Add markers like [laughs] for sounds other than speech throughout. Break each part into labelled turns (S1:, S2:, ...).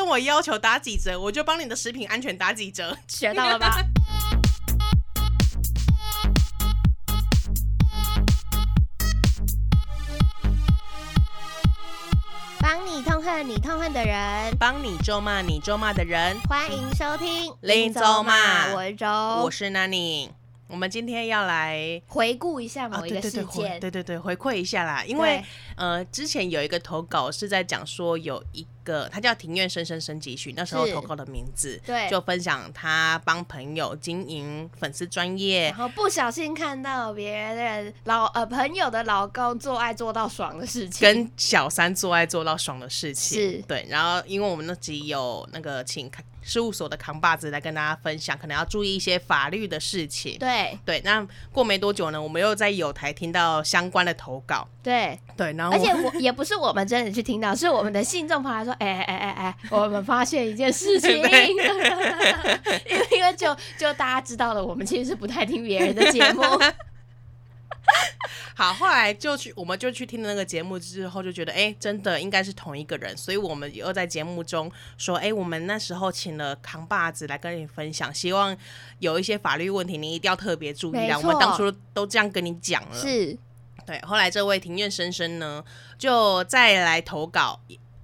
S1: 我要求打几折，我就帮你的食品安全打几折。
S2: 学到了吧？ [laughs] 帮你痛恨你痛恨的人，
S1: 帮你咒骂你咒骂的人，
S2: 欢迎收听啊
S1: 林州骂
S2: 我是周，
S1: 我是 Nanny。我们今天要来
S2: 回顾一下
S1: 啊，
S2: 某一
S1: 对
S2: 个
S1: 对对，
S2: 事
S1: 回
S2: 件，
S1: 对对对，回馈一下啦，因为
S2: 对
S1: 呃，之前有一个投稿是在讲说有一个，他叫庭院深深深几许，那时候
S2: 是
S1: 投稿的名字，
S2: 对
S1: 就分享他帮朋友经营粉丝专业
S2: 然，后不小心看到别人老呃朋友的老公做爱做到爽的事情，
S1: 跟小三做爱做到爽的事情，
S2: 是
S1: 对。然后，因为我们那集有那个请扛事务所的扛把子来跟大家分享，可能要注意一些法律的事情。
S2: 对
S1: 对，那过没多久呢，我们又在有台听到相关的投稿，
S2: 对，
S1: 对，然后
S2: 而且
S1: 我
S2: 我也不是我们真的去听到，是我们的信众朋友说，哎哎哎哎，我们发现一件事情，因
S1: [laughs]
S2: 为
S1: 对
S2: [laughs] 因为就就大家知道了，我们其实是不太听别人的节
S1: [laughs]
S2: 目，
S1: 好，后来就去，我们就去听了那个节目之后，就觉得哎、真的应该是同一个人，所以我们又在节目中说，哎、我们那时候请了扛把子来跟你分享，希望有一些法律问题你一定要特别注意
S2: 没
S1: 啦。我
S2: 错
S1: 们当初都这样跟你讲了，
S2: 是
S1: 对。后来这位庭院深深呢，就再来投稿。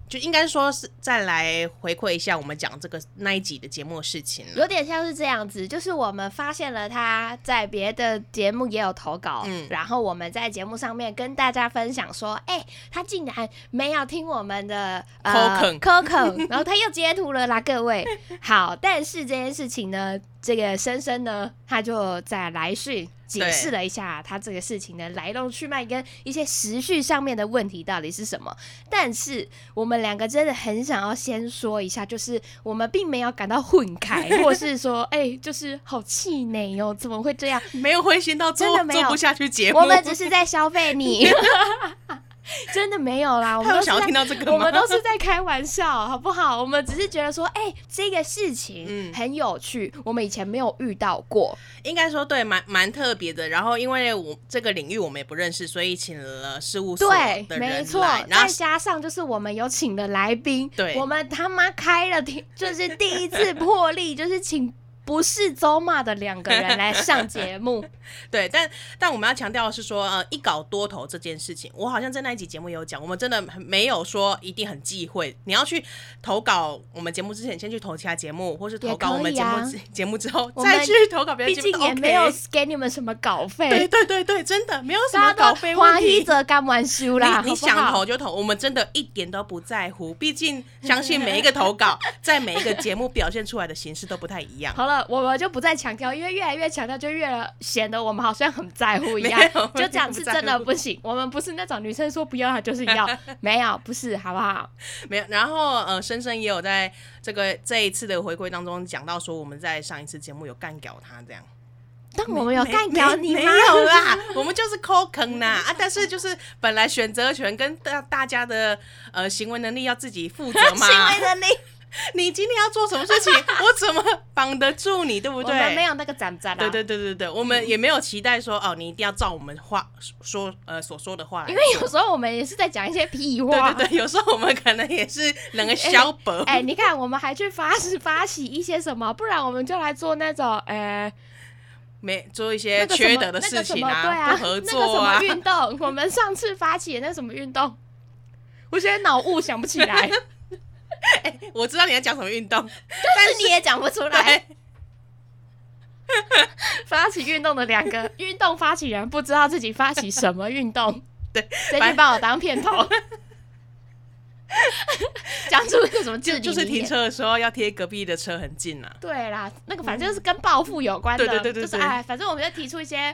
S1: 就应该说是再来回馈一下我们讲这个那一集的节目的事情了。
S2: 有点像是这样子，就是我们发现了他在别的节目也有投稿，
S1: 嗯
S2: 然后我们在节目上面跟大家分享说，哎、他竟然没有听我们的
S1: Coken
S2: Coco，然后 [laughs] 他又截图了啦，各位。好，但是这件事情呢，这个深深呢，他就在来讯解释了一下他这个事情的来龙去脉跟一些时序上面的问题到底是什么。但是我们两个真的很想要先说一下，就是我们并没有感到愤慨，或是说，哎、就是好气馁哦，怎么会这样？
S1: 没有灰心到做
S2: 真的没有
S1: 做不下去节目，
S2: 我们只是在消费你， [laughs] 真的没有啦，我们
S1: 他
S2: 都
S1: 有
S2: 是
S1: 想要
S2: 在
S1: 听到这个吗？
S2: 我们都是在开玩笑， [laughs] 好不好？我们只是觉得说，哎、这个事情
S1: 嗯
S2: 很有趣，我们以前没有遇到过，
S1: 应该说对，蛮蛮特别的。然后因为我这个领域我们也不认识，所以请了事务所
S2: 对，
S1: 的
S2: 没
S1: 人
S2: 错
S1: 来。。然
S2: 再
S1: 后
S2: 加上就是我们有请的来宾，
S1: 对
S2: 我们他妈开了天，就是第一次破例，就是请不是周骂的两个人来上节目，
S1: 对，但但我们要强调的是说，呃，一稿多投这件事情，我好像在那一集节目有讲，我们真的很没有说一定很忌讳。你要去投稿我们节目之前，先去投其他节目，或是投稿我们
S2: 也
S1: 节
S2: 可以啊
S1: 目之、节目之后
S2: 我们
S1: 再去投稿 [laughs] 别
S2: 毕
S1: 的节
S2: 竟
S1: 目，
S2: 也没有
S1: OK
S2: 给你们什么稿
S1: 对
S2: 费，
S1: 对对对，真的没有什么
S2: 大
S1: 稿
S2: 家
S1: 费
S2: 都
S1: 问
S2: 花
S1: 题
S2: 一。折干完书啦，
S1: 你你
S2: 好不
S1: 想
S2: 好
S1: 投就投，我们真的一点都不在乎。毕竟相信每一个投
S2: [laughs]
S1: 稿在每一个节目表现出来的形式都不太一样。
S2: 好了，我们就不再强调，因为越来越强调，就越显得我们好像很在乎一样
S1: 没有。
S2: [laughs] 就讲是真的不行，我们不是那种女生说不要她就是要，没有不是，好不好？
S1: [laughs] 没有，然后呃，深深也有在这个这一次的回归当中讲到说，我们在上一次节目有干掉他这样。
S2: 但我们有
S1: 没
S2: 干掉你吗
S1: 没？没有
S2: [laughs]
S1: 啦，我们就是抠坑啦啊！但是就是本来选择权跟大大家的呃行为能力要自己负责嘛。
S2: [laughs] 行为能力，
S1: 你今天要做什么事情，我怎么绑得住你，对不
S2: 我
S1: 对？
S2: 们没有那个斩斩啦。
S1: 对对对对对，我们也没有期待说哦，你一定要照我们话说呃所说的话来
S2: 因
S1: 做，
S2: 为有时候我们也是在讲一些屁话。
S1: 对对对，有时候我们可能也是能够消薄，
S2: 哎、你看，我们还去发誓发起一些什么，不然我们就来做那种，呃，
S1: 没做一
S2: 那
S1: 些
S2: 个什么
S1: 缺德的事情不
S2: 那个什么
S1: 合
S2: 对啊，那个
S1: 作
S2: 什
S1: 啊
S2: 么。运动，我们上次发起的那什么运动，我现在脑雾想不起
S1: [laughs]
S2: 来。
S1: [laughs] 我知道你在讲什么运动，
S2: 但是你也讲不出 [laughs]
S1: [laughs]
S2: 来。
S1: 对，
S2: 发起运动的两个运动发起人不知道自己发起什么
S1: [laughs]
S2: 运动，
S1: 对，
S2: 谁去把我当片头？讲出那个什么至理
S1: 就是
S2: 名言
S1: 停。车的时候要贴隔壁的车很近啊。
S2: 对啦，那个反正就是跟暴富有关的，
S1: 嗯对对对对
S2: 就是
S1: 对
S2: 哎，反正我们就提出一些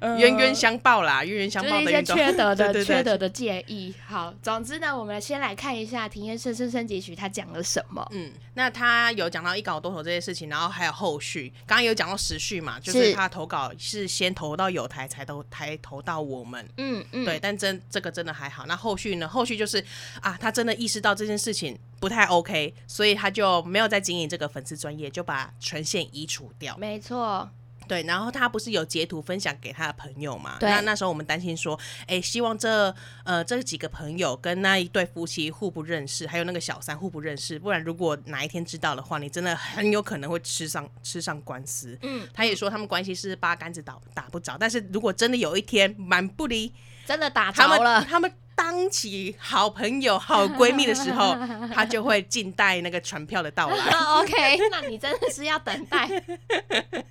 S2: 呃
S1: 冤冤相报啦，冤冤相
S2: 就
S1: 报
S2: 是一
S1: 的
S2: 些
S1: 运动，
S2: 缺德
S1: [laughs] 对
S2: 的
S1: 对对
S2: 缺德的建议。好，总之呢，我们先来看一下庭院深深深几许他讲了什么。
S1: 嗯，那他有讲到一稿多投这些事情，然后还有后续，刚刚有讲到时序嘛，就是是他投稿是先投到有台，才投才投到我们。
S2: 嗯嗯，
S1: 对，但真这个真的还好。那后续呢？后续就是啊，他真的意识到这件事情不太 OK，所以他就没有再经营这个粉丝专业，就把权限移除掉。
S2: 没错，
S1: 对，然后他不是有截图分享给他的朋友嘛？
S2: 对
S1: 那那时候我们担心说，哎，希望这呃这几个朋友跟那一对夫妻互不认识，还有那个小三互不认识，不然如果哪一天知道的话，你真的很有可能会吃上吃上官司。
S2: 嗯，
S1: 他也说他们关系是八竿子打打不着，但是如果真的有一天蛮不离
S2: 真的打
S1: 他
S2: 着
S1: 们
S2: 了，
S1: 他们当起好朋友、好闺蜜的时候， [laughs] 他就会静待那个船票的到
S2: [laughs]
S1: 来。
S2: 哦 OK，那你真的是要等待，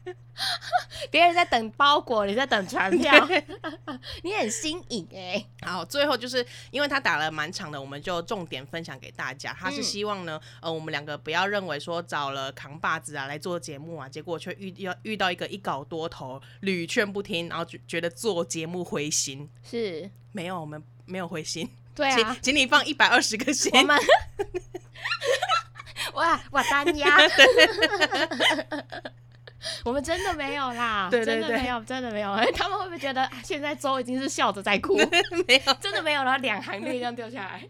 S2: [laughs] 别人在等包裹，你在等船
S1: [laughs]
S2: 票，你很新颖哎、
S1: 好，最后就是因为他打了蛮长的，我们就重点分享给大家。他是
S2: 嗯
S1: 希望呢，呃，我们两个不要认为说找了扛把子啊来做节目啊，结果却遇要遇到一个一搞多头，屡劝不听，然后觉觉得做节目灰心。
S2: 是，
S1: 没有，我们没有灰心，
S2: 对啊
S1: 请，请你放一百二十个心。
S2: 我们哇哇单
S1: [laughs]
S2: 压， [laughs] 我们真的没有啦，
S1: 对对
S2: 真
S1: 对
S2: 的没有，真的没有。哎他们会不会觉得啊现在周已经是笑着
S1: [laughs]
S2: 在哭？
S1: 没有，
S2: 真的没有，然后两行泪这样掉下来。哎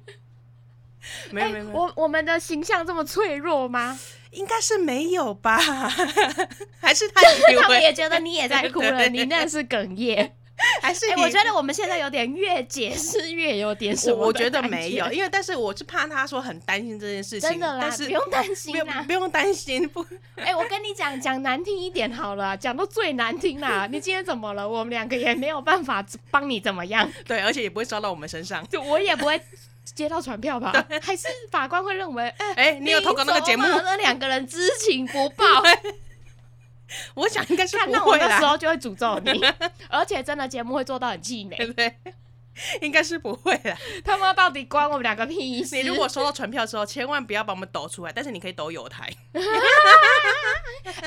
S1: 没有，没有，没有
S2: 我我们的形象这么脆弱吗？
S1: 应该是没有吧？ [laughs] 还是他以
S2: 哎 [laughs] 他们
S1: 为
S2: 也觉得你也在
S1: [laughs]
S2: 哭了，你那是哽咽。
S1: 还是
S2: 哎、
S1: 你？
S2: 我觉得我们现在有点越解释越有点什
S1: 我
S2: 么
S1: 我
S2: 的
S1: 觉得
S2: 感
S1: 没
S2: [laughs]
S1: 有，因为但是我是怕他说很担心这件事情，
S2: 真的啦，
S1: 但是
S2: 不用担
S1: 不
S2: 心啊
S1: 用
S2: 啦。
S1: 不用担心，不
S2: 哎、我跟你讲，讲难听一点好了，讲到最难听啦。你今天怎么了？我们两个也没有办法帮你怎么
S1: [laughs]
S2: 样，
S1: 对，而且也不会烧到我们身上。
S2: 就我也不会接到传票吧？还是法官会认为，哎、
S1: 哎，你有投稿那个节目
S2: [laughs] 你，怎么那两个人知情不
S1: [laughs]
S2: 报，
S1: 我想应该是
S2: 看
S1: 不
S2: 那我
S1: 会
S2: 那时
S1: 啦，
S2: 候就会诅咒你， [laughs] 而且真的节目会做到很气
S1: [laughs]
S2: 馁
S1: 对。不对？应该是不会啦。
S2: 他们到底关我们两个屁事？
S1: 你如果收到传票之后，千万不要把我们抖出来，但是你可以抖有
S2: [laughs]
S1: 台，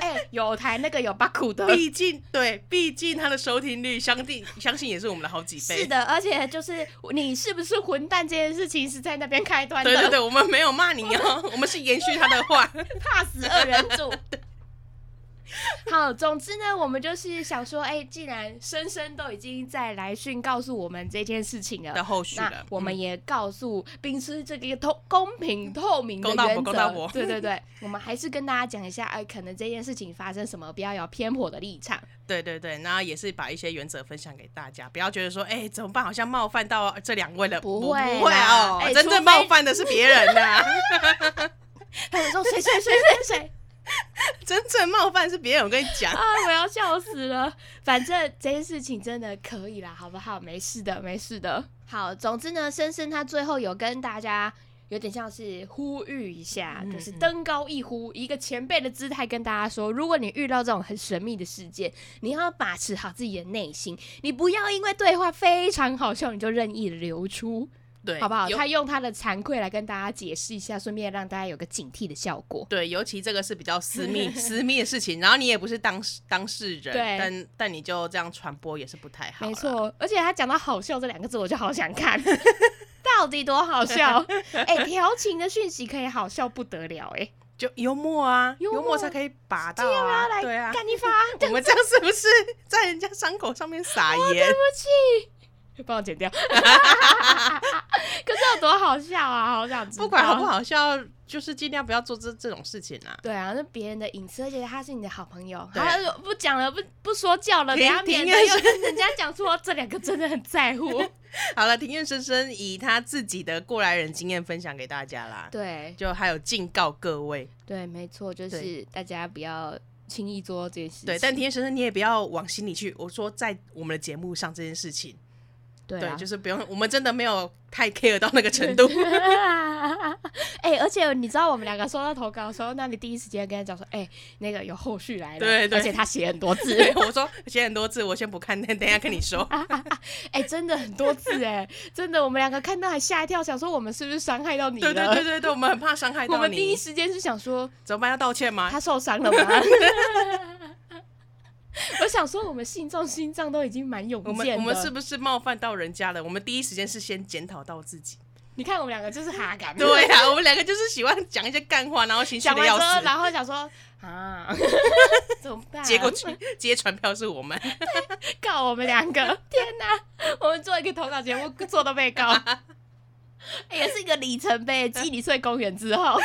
S2: 哎、有台那个有巴
S1: [laughs]
S2: 苦的，
S1: 毕竟对，毕竟它的收听率相定相信也是我们的好几倍。
S2: 是的，而且就是你是不是混蛋这件事情是在那边开端的，
S1: 对对对，我们没有骂你哦，我们是延续他的
S2: [laughs]
S1: 话。
S2: 怕死二人
S1: [laughs]
S2: 组。好，总之呢，我们就是想说，哎、既然深深都已经在来讯告诉我们这件事情了
S1: 的，后续
S2: 那
S1: 的，
S2: 我
S1: 嗯
S2: 们也告诉，秉持这个透公平透明的
S1: 公道
S2: 原
S1: 不公道
S2: 则
S1: 不，
S2: 对对对，我们还是跟大家讲一下，哎、可能这件事情发生什么，不要有偏颇的立场。
S1: 对对对，那也是把一些原则分享给大家，不要觉得说，哎、怎么办？好像冒犯到这两位了，
S2: 不
S1: 不
S2: 会啦
S1: 会哦，
S2: 哎
S1: 真
S2: 除
S1: 正
S2: 非
S1: 冒犯的是别人呐、 [laughs]
S2: 他们说谁谁谁谁谁
S1: 真正冒犯是别人。我跟你讲
S2: [laughs] 啊，，我要笑死了。反正这件事情真的可以啦，好不好？没事的，没事的。好，总之呢，深深他最后有跟大家。有点像是呼吁一下，
S1: 嗯
S2: 就是
S1: 嗯
S2: 登高一呼，以一个前辈的姿态跟大家说：如果你遇到这种很神秘的事件，你要把持好自己的内心，你不要因为对话非常好笑你就任意流出，
S1: 对，
S2: 好不好？
S1: 尤
S2: 他用他的惭愧来跟大家解释一下，顺便让大家有个警惕的效果。
S1: 对，尤其这个是比较私密、私密的事情，然后你也不是当事当事人，
S2: 对
S1: 但但你就这样传播也是不太好。
S2: 没，错，而且他讲到“好笑”这两个字，我就好想看， [laughs] 到底多好笑？
S1: [laughs]
S2: 哎、调情的讯息可以好笑不得了、哎
S1: 就幽默啊，
S2: 幽默
S1: 默才可以把到啊，
S2: 哎，
S1: 对
S2: 来
S1: 啊。
S2: 干一发，
S1: 我们这样是不是在人家伤口上面撒盐？
S2: 帮我剪掉。 [laughs] 可是有多好笑啊！好想知道
S1: 不管好不。好笑，就是尽量不要做这这种事情啊。
S2: 对啊，那别人的隐私，而且他是你的好朋友，
S1: 对
S2: 他不讲了，不不说教了，
S1: 停
S2: 等下免
S1: 停
S2: 得
S1: 也
S2: 又
S1: 是
S2: 跟人家讲说这两个真的很在
S1: [laughs]
S2: 乎。
S1: 好了，庭院深深以他自己的过来人经验分享给大家啦，
S2: 对
S1: 就还有警告各位，
S2: 对，没错，就
S1: 对
S2: 是大家不要轻易做这些事情。
S1: 对，但庭院深深你也不要往心里去。我说在我们的节目上这件事情，
S2: 对
S1: 对，
S2: 啊
S1: 就是不用，我们真的没有太 care 到那个程
S2: [laughs]
S1: 度。
S2: 哎、而且你知道我们两个收到投稿的时候，那你第一时间跟他讲说，哎、那个有后续来了，
S1: 对对
S2: 而且他写很多字，
S1: 对我说写很多字，我先不看， [laughs] 等等一下跟你说。
S2: 哎、真的很多字，哎，真的，我们两个看到还吓一跳，想说我们是不是伤害到你了？
S1: 对对对对对，我们很怕伤害
S2: 我
S1: 到
S2: 们第一
S1: 你，
S2: 时间是想说
S1: 怎么办？要道歉吗？
S2: 他受伤了吗？ [laughs] 我想说，我们信众心脏都已经蛮勇
S1: 我们
S2: 健
S1: 我
S2: 的。
S1: 们是不是冒犯到人家了？我们第一时间是先检讨到自
S2: [laughs]
S1: 己。
S2: 你看我们两个就是哈感，
S1: 对啊，我们两个就是喜欢讲一些干话，然后情绪
S2: 讲
S1: 的
S2: 完
S1: 要
S2: 之后，
S1: 死。
S2: 然后想说
S1: [laughs]
S2: 啊， [laughs] 怎么办？ [laughs]
S1: 结果去接传票是我们，
S2: 告我们两个， [laughs] 天哪！我们做一个投稿节目，做到被告， [laughs] 也是一个里程 [laughs] 碑。基里翠公园之 [laughs] 后，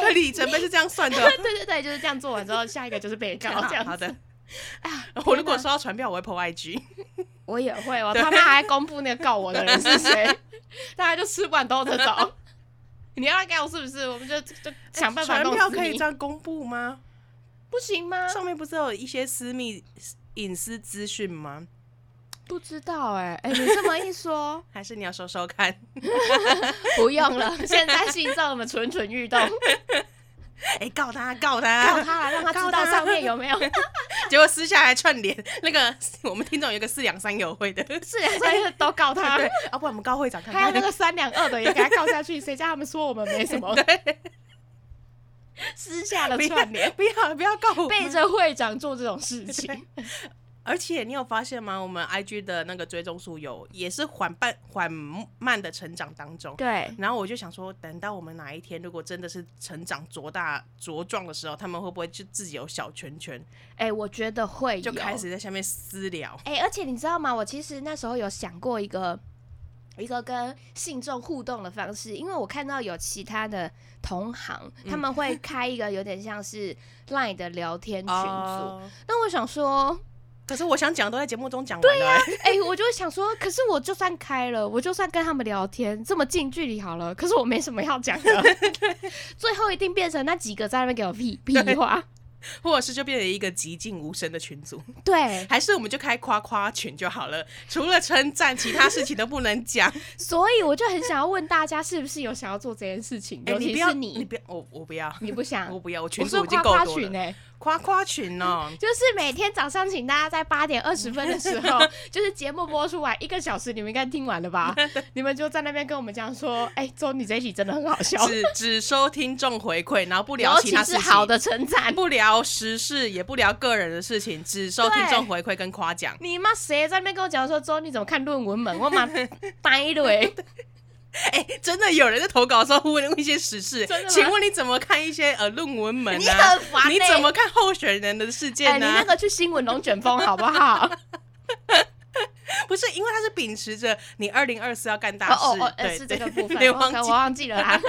S2: 哎
S1: 里程碑是这样算的哦。 [laughs]
S2: [laughs] 对对对，就是这样做完之后，下一个就是被告这样
S1: 好
S2: 子。
S1: 的，哎啊我如果收到传票，我会 po [laughs] IG。
S2: 我也会，我他妈还公布那个告我的人是谁， [laughs] 大家就吃不完兜着走。你要来告我是不是？我们就就想办法
S1: 呃传
S2: 弄
S1: 票
S2: 死
S1: 可以
S2: 你
S1: 这样公布吗？
S2: 不行吗？
S1: 上面不是有一些私密隐私资讯吗？
S2: 不知道哎、哎、你这么一说，
S1: 还是你要收收看？
S2: [laughs] 不用了。现在信众们蠢蠢欲动，
S1: 哎、告他，告
S2: [laughs] 告
S1: 他，
S2: 他了，让他知
S1: 告
S2: 道
S1: 他
S2: 上面有没有
S1: [laughs] 结果私下还串联那个我们听众有一个四两三友会的，
S2: [laughs] 是两三个都告
S1: [laughs]
S2: 他 [laughs]
S1: 对，，啊，不然我们告会长看
S2: 还有
S1: 看
S2: 那。个三两二的也给他告下去，谁叫他们说我们没什么
S1: [laughs] 对，
S2: 私下
S1: [laughs]
S2: 的
S1: 不要
S2: 串联，
S1: 不要不要告我
S2: 背
S1: 们。
S2: 着会长做这种事情，
S1: 而且你有发现吗？我们 IG 的那个追踪数有也是缓慢缓慢的成长当中。
S2: 对，
S1: 然后我就想说，等到我们哪一天如果真的是成长茁大茁壮的时候，他们会不会就自己有小圈圈，
S2: 哎、我觉得会
S1: 就
S2: 有
S1: 开始在下面私聊？
S2: 哎、而且你知道吗？我其实那时候有想过一个一个跟信众互动的方式，因为我看到有其他的同行，
S1: 嗯
S2: 他们会开一个有点像是 LINE 的聊天群组。
S1: 哦
S2: 那我想说，
S1: 可是我想讲都在节目中讲完了、欸。
S2: 哎、我就想说，可是我就算开了，我就算跟他们聊天这么近距离好了，可是我没什么要讲
S1: [laughs]
S2: 的，最后一定变成那几个在那边给我屁屁话。
S1: 或者是就变成一个寂静无声的群组，
S2: 对，
S1: 还是我们就开夸夸群就好了，除了称赞，其他事情都不能讲。
S2: 所以我就很想要问大家，是不是有想要做这件事情？
S1: 哎、
S2: 尤
S1: 你
S2: 其
S1: 不要，
S2: 是
S1: 你
S2: 你，
S1: 不要，我我不要，
S2: 你不想
S1: [laughs] 我？不要，我群
S2: 我
S1: 组
S2: 说
S1: 已经
S2: 夸
S1: 够
S2: 夸
S1: 多
S2: 群
S1: 了。
S2: 哎、，
S1: 夸夸群哦
S2: [laughs] 就是每天早上，请大家在八点二十分的
S1: [laughs]
S2: 时候，就是节目播出完一个小时，你们应该听完了吧？你们就在那边跟我们讲说，哎、周你这一集真的很好笑，
S1: 只只收听众回馈，然后不聊
S2: 尤
S1: 其
S2: 其
S1: 他事
S2: 是
S1: 情。
S2: 好的称赞。
S1: 不聊时事，也不聊个人的事情，只收听
S2: 对
S1: 众回馈跟夸奖。
S2: 你妈谁在那边跟我讲说，周你怎么看论文门？
S1: [laughs]
S2: 我妈呆了哎、
S1: 哎、真的有人在投稿的时候问一些时事
S2: 真的，吗
S1: 请问你怎么看一些呃论文门、啊？
S2: 你很烦欸
S1: 你怎么看候选人的事
S2: 哎、
S1: 件啊
S2: 你
S1: 呢、
S2: 那个去新闻龙卷风好不好？
S1: 不是，因为他是秉持着你二零二四要干 [laughs] 大事，
S2: 哦哦哦，呃
S1: 对
S2: 是这
S1: 对
S2: 个
S1: [laughs]
S2: 部分，
S1: 对
S2: 我
S1: 忘
S2: 我
S1: 记
S2: 忘记了
S1: [laughs]
S2: 啦。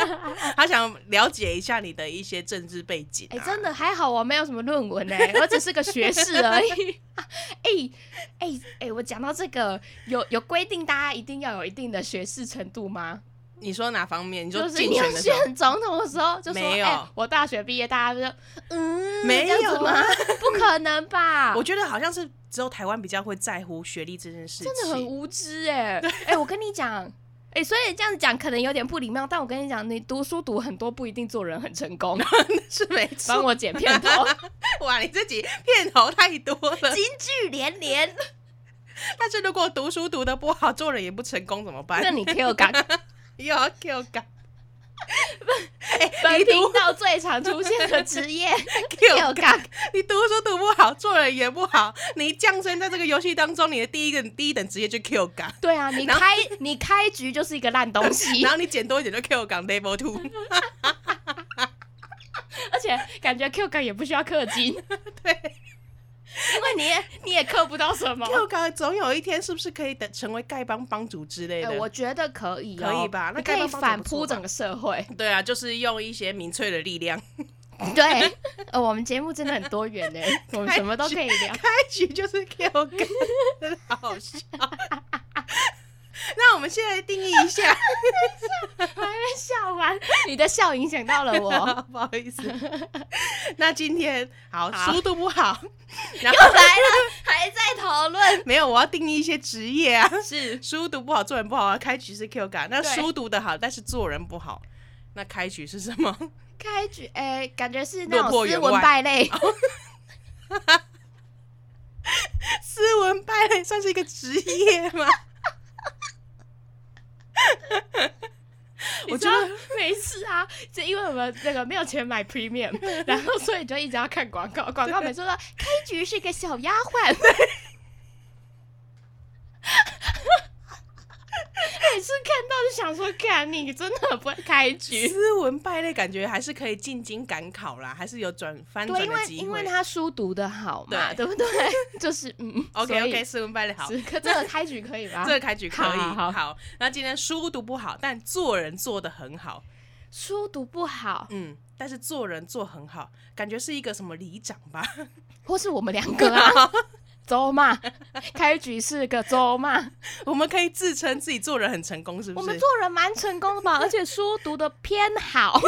S1: 他想了解一下你的一些政治背景、啊。
S2: 哎、真的还好，我没有什么论文哎、我只是个学士而已。
S1: [laughs]
S2: 哎哎哎，我讲到这个，有有规定大家一定要有一定的学士程度吗？
S1: 你说哪方面？你说
S2: 就是
S1: 竞
S2: 你要
S1: 选的时候
S2: 选总统的时候，就说
S1: 没有
S2: 哎、我大学毕业，大家就说嗯，
S1: 没
S2: 这样子
S1: 有
S2: 吗
S1: 啊？
S2: 不可能吧？
S1: 我觉得好像是只有台湾比较会在乎学历这件事情，
S2: 真的很无知哎、哎、我跟你讲，哎、虽然这样讲可能有点不礼貌，但我跟你讲，你读书读很多不一定做人很成功。
S1: [laughs] 是没
S2: 帮
S1: 错。
S2: 我剪片头，
S1: [laughs] 哇，你自己片头太多了。
S2: [laughs] 金句连
S1: [laughs]
S2: 连。
S1: 但是如果读书读的不好，做人也不成功怎么
S2: 那
S1: 办？
S2: 你 Q 感
S1: [laughs] 又要 Q 感
S2: 本频道最常出现的
S1: [laughs]
S2: 职业
S1: Q 感，
S2: 感。
S1: 你读书读不好，做人也不好，你降生在这个游戏当中，你的第一个第一等职业就 Q 感。
S2: 对啊，你开你开局就是一个烂东西
S1: [laughs] 然，后你减多一点就 Q 港 level
S2: [laughs]
S1: two，
S2: 而且感觉 Q 感也不需要氪金，
S1: [laughs] 对
S2: 因为你也你也氪不到什
S1: [laughs]
S2: 么。
S1: ，Q 港总有一天是不是可以等成为丐帮帮主之类
S2: 哎、
S1: 的？
S2: 我觉得可以、哦，
S1: 可以吧那
S2: 你可以
S1: 丐帮帮手
S2: 反
S1: 不错
S2: 扑
S1: 吧
S2: 整个社会。
S1: 对啊，就是用一些民粹的力
S2: [laughs]
S1: 量，
S2: 对，呃，我们节目真的很多元呢，我们什么都可以聊。
S1: 开局就是 Q 港，真的好笑。 [laughs] 那我们现在定义一下，
S2: 我还没笑完，你的笑影响到了我。
S1: [laughs] 不好意
S2: [laughs]
S1: 思。那今天好，
S2: 好
S1: 书读不
S2: [laughs]
S1: 好，然
S2: 又
S1: 后
S2: 来了，还在讨论。
S1: 没有，我要定义一些职业啊。 [laughs]
S2: 是，
S1: 书读不好，做人不好啊，开局是 Q 港。那
S2: 对
S1: 书读的好，但是做人不好，那开局是什么？ [laughs]
S2: 开局，哎、感觉是那
S1: 落魄
S2: 种斯
S1: 员
S2: 文
S1: 外
S2: 败类。
S1: 斯文败类算是一个职业吗？
S2: 我
S1: 我
S2: 觉
S1: 觉
S2: 得
S1: 得
S2: 每次啊，就因为我们那个没有钱买 premium，然 [laughs] 后所以就一直要看广告，广告每次说开局是个小丫鬟， [laughs] 每次看到就想说，看你真的很不会开局。
S1: 斯文败类感觉还是可以进京赶考啦，还是有转翻
S2: 对，
S1: 转
S2: 因
S1: 的
S2: 为
S1: 机
S2: 因为
S1: 会。
S2: 他书读的好嘛，
S1: 嘛
S2: [laughs] 对不对？就是嗯
S1: OK OK，斯文败类好，
S2: 可这个开
S1: [laughs]
S2: 局可以吧？
S1: 这个开局可以
S2: 啊好好好
S1: 好。那今天书读不好，但做人做得很好，
S2: 书读不好，
S1: 嗯，但是做人做很好，感觉是一个什么里长吧？
S2: 或是我们两个啊，走嘛，开局是个
S1: [laughs]
S2: 走嘛，
S1: [laughs] 我们可以自称自己做人很成功，是不
S2: 我
S1: 是？
S2: 们做人蛮成功的吧，而且书读的偏好。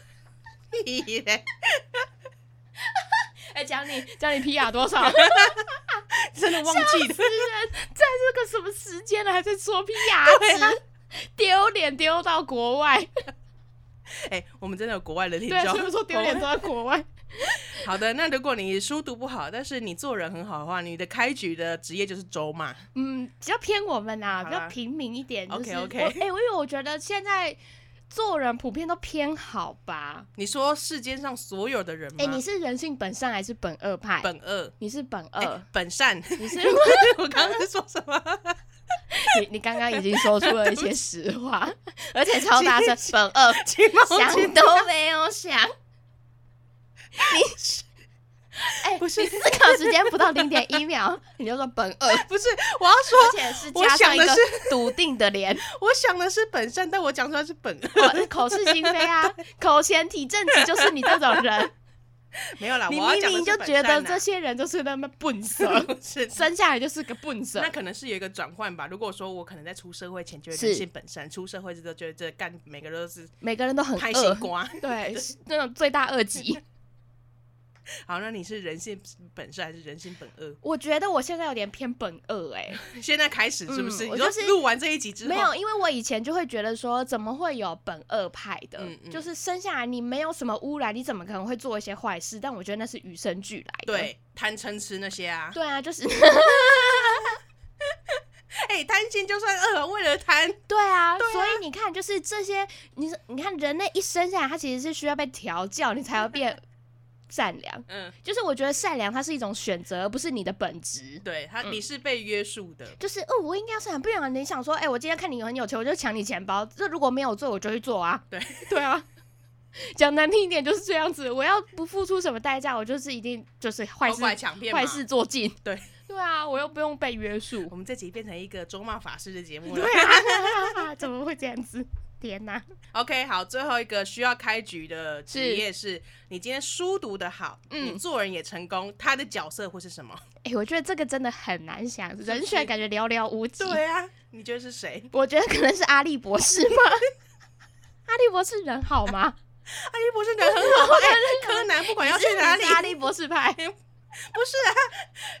S2: [laughs]
S1: 屁嘞
S2: 哎，讲你讲你皮亚多少？
S1: [laughs] 真的忘记了。
S2: [laughs] 在这个什么时间了，还在说屁雅
S1: 对啊
S2: 值， [laughs] 丢脸丢到国外，
S1: 哎、我们真的有国外的听
S2: 对啊，
S1: 众，哦
S2: 所以我说丢脸丢到国外。
S1: 好的，那如果你书读不好，但是你做人很好的话，你的开局的职业就是州嘛。
S2: 嗯，比较偏我们啊，
S1: 好
S2: 比
S1: 啦
S2: 较平民一点。就是
S1: OK，OK
S2: 我哎、我因为我觉得现在做人普遍都偏好吧。
S1: 你说世间上所有的人吗？
S2: 哎、你是人性本善还是本恶派？
S1: 嗯本恶，
S2: 你是本恶，
S1: 哎、本
S2: [laughs]
S1: 善。
S2: 你是
S1: 我刚刚是说什么？
S2: 你你刚刚已经说出了一些实话，
S1: [laughs]
S2: 而且超大声，本恶
S1: 请帮我 [laughs] 记
S2: 想
S1: 得
S2: 都没有想。
S1: [laughs]
S2: 你哎、
S1: 不是
S2: 你思考时间不到零点一秒，你就说本恶，而
S1: 不是，我要说，
S2: 且是
S1: 我
S2: 加上
S1: 想
S2: 一
S1: 的
S2: 个笃定的脸。
S1: 我想的是本善，但我讲出来是本恶。
S2: 口 [laughs] 口是心非啊，口嫌体正直就是你这种
S1: [laughs]
S2: 人。
S1: [laughs] 没有啦，
S2: 你
S1: 我要
S2: 明
S1: 讲的
S2: 明
S1: 是
S2: 就
S1: 本
S2: 觉得
S1: 善啊
S2: 这
S1: 呐
S2: 些人就是那么笨蛇，
S1: [laughs] 不是
S2: 生下来就是个笨蛇
S1: 那。可能是有一个转换吧。如果说我可能在出社会前觉得
S2: 是
S1: 人性本善，出社会之后觉得这干每个都是
S2: 每个人都很
S1: 拍西
S2: 恶，
S1: 瓜。
S2: 对，是那种罪大恶极。
S1: [laughs] 好，那你是人性本善还是人性本恶？
S2: 我觉得我现在有点偏本恶哎、
S1: 现在开始是不嗯是？
S2: 嗯
S1: 你
S2: 我
S1: 说
S2: 就是
S1: 录完这一集之后，
S2: 没有，因为我以前就会觉得说，怎么会有本恶派的？
S1: 嗯嗯
S2: 就是生下来你没有什么污染，你怎么可能会做一些坏事？但我觉得那是与生俱来的。，
S1: 对贪嗔痴那些啊？
S2: 对啊，就是
S1: 哎，贪心就算恶，为了贪，
S2: 对啊，
S1: 对啊
S2: 所以你看，就是这些，你说你看人类一生下来，他其实是需要被调教，你才会变善良。 [laughs]
S1: 嗯，
S2: 就是我觉得善良它是一种选择，而不是你的本质。
S1: 对他
S2: 嗯
S1: 你是被约束的，
S2: 就是哦，我应该要善良，不然你想说，哎、我今天看你很有钱，我就抢你钱包。这如果没有做，我就去做啊。
S1: 对
S2: 对啊，讲难听一点就是这样子。我要不付出什么代价，我就是一定就是坏
S1: 偷拐
S2: 事
S1: 抢骗嘛
S2: 坏。事做尽。
S1: 对
S2: 对啊，我又不用被约束。
S1: 我们这集变成一个咒骂法师的节目了。
S2: 对啊， [laughs] 怎么会这样子？天哪、
S1: OK，好，最后一个需要开局的职业是你今天书读得好，
S2: 嗯
S1: 你做人也成功，他的角色会是什么？
S2: [laughs] 哎、我觉得这个真的很难想，
S1: 是
S2: 人选感觉寥寥无几。
S1: 对啊，你觉得是谁？
S2: [laughs] 我觉得可能是阿力博士吗？阿力博士人好吗？
S1: 阿姨博士人很好吗， [laughs] 哎、柯南不管要去哪里
S2: 你，是阿力博士派？
S1: [laughs] 不是啊，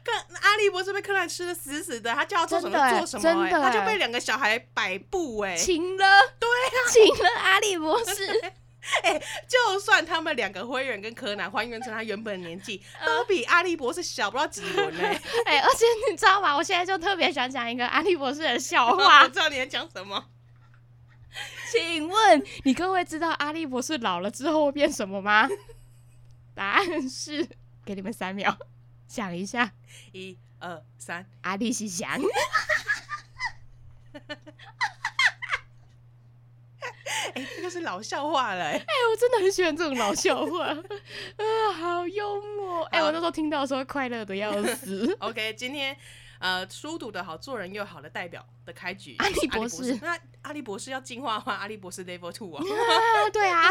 S1: 柯阿笠博士被柯南吃的死死的，他叫他做什么
S2: 真的
S1: 就
S2: 欸
S1: 做什么、欸，
S2: 真
S1: 他
S2: 的欸
S1: 就被两个小孩摆布哎、
S2: 请了，对啊，请了阿力博士，
S1: 啊就算他们两个灰原跟柯南还原成他原本的年纪，
S2: 呃
S1: 都比阿笠博士小不到几轮哎、
S2: [laughs] 哎、而且你知道吗？我现在就特别想讲一个阿力博士的笑
S1: [laughs] 我
S2: 话
S1: 知。道你在讲什么，
S2: 请问你各位知道阿力博士老了之后会变什么吗？答案是，给你们三秒，想一下，
S1: 一二三，
S2: 阿力是翔。
S1: 哎、这个是老笑话了、欸，
S2: 哎、我真的很喜欢这种老笑话， [laughs] 啊、好幽默！哎、
S1: 好。
S2: 我那时候听到的时候快乐的要死
S1: OK，今
S2: [laughs]
S1: 天呃，书读的好，做人又好的代表的开局，
S2: 阿笠
S1: 就是
S2: 博士
S1: 那阿笠博士要进化的话，阿笠博士 Level Two
S2: [laughs]
S1: 哦。
S2: 啊，对啊，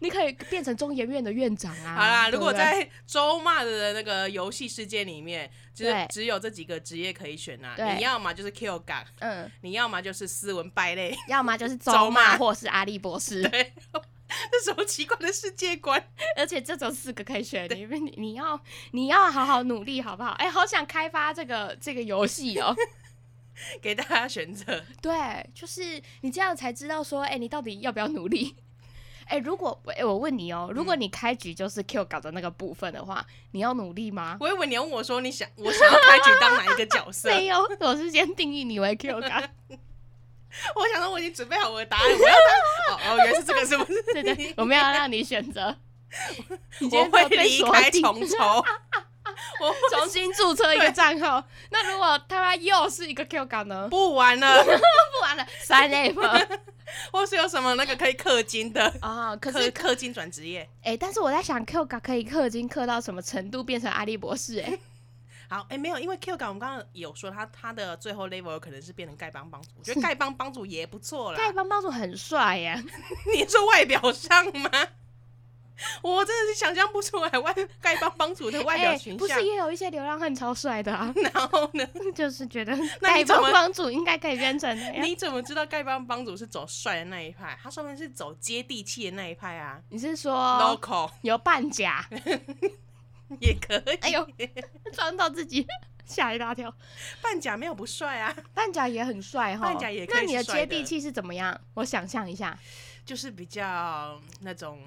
S2: 你可以变成中研院的院长啊。
S1: 好啦，如果
S2: 对不对
S1: 在周骂的那个游戏世界里面，就是
S2: 对
S1: 只有这几个职业可以选啊。
S2: 对
S1: 你要么就是 Q 港，
S2: 嗯，
S1: 你要么就是斯文败类， [laughs]
S2: 要么 [laughs] 就是
S1: 走
S2: 周
S1: 嘛
S2: 骂或是阿力博士，
S1: 这什么奇怪的世界观？ [laughs]
S2: 而且这种四个可以选，你你你要你要好好努力，好不好？哎、好想开发这个这个游戏哦。 [laughs]
S1: 给大家选择。
S2: 对，就是你这样才知道说，哎、你到底要不要努力？ [laughs] 哎、如果哎、我问你哦，如果你开局就是 Q 搞的那个部分的话，你要努力吗？
S1: 我以为你要问我说你
S2: [laughs]
S1: 想我想要开局当哪一个角色？
S2: 没有，哦我是先定义你为 Q
S1: [laughs]
S2: 感，
S1: 我想说我已经准备好我的答案，我要当哦哦，原来是这个是不是？
S2: 对对，我们要让你选择。你今
S1: 我
S2: 天没
S1: 会
S2: 有被
S1: 离
S2: 锁
S1: 开
S2: 定
S1: 重筹，我会
S2: [laughs] 重新注册一个账号。那如果他妈又是一个 Q 感呢？
S1: 不玩
S2: [laughs]
S1: 了，
S2: 不玩了，
S1: [laughs]
S2: 三 F
S1: 或是有什么那个可以氪金的，
S2: 啊！可
S1: 氪
S2: 是
S1: 氪金转职业。 [laughs]
S2: 哎、但是我在想，Q 感可以氪金氪到什么程度，变成阿笠博士、哎，
S1: 好，哎，没有，因为 Q 感我们刚刚有说他他的最后 level 有可能是变成丐帮帮主，我觉得丐帮帮主也不错啦。
S2: [laughs] 丐帮帮主很帅呀、
S1: 你说外表上吗？我真的是想象不出来外丐帮帮主的 [laughs] 外表
S2: 哎
S1: 形
S2: 不
S1: 象。
S2: 是也有一些流浪汉超帅的
S1: [laughs]
S2: 啊？
S1: 然后呢？
S2: 就是觉得
S1: 那你
S2: 丐
S1: 怎么
S2: 帮帮主应该可以变成那样。
S1: 你怎么知道丐帮帮主是走帅的那一派？他说明是走接地气的那一派啊、
S2: 你是
S1: l o
S2: 说
S1: c a l
S2: 有半甲？
S1: 也可以。
S2: [laughs] 哎呦，撞到自己， [laughs] 吓一大跳。
S1: 半甲没有不帅啊，
S2: 半甲也很帅哈，
S1: 半甲也可以
S2: 那你的
S1: 是帅的
S2: 接地气是怎么样？我想象一下，
S1: 就是比较那种，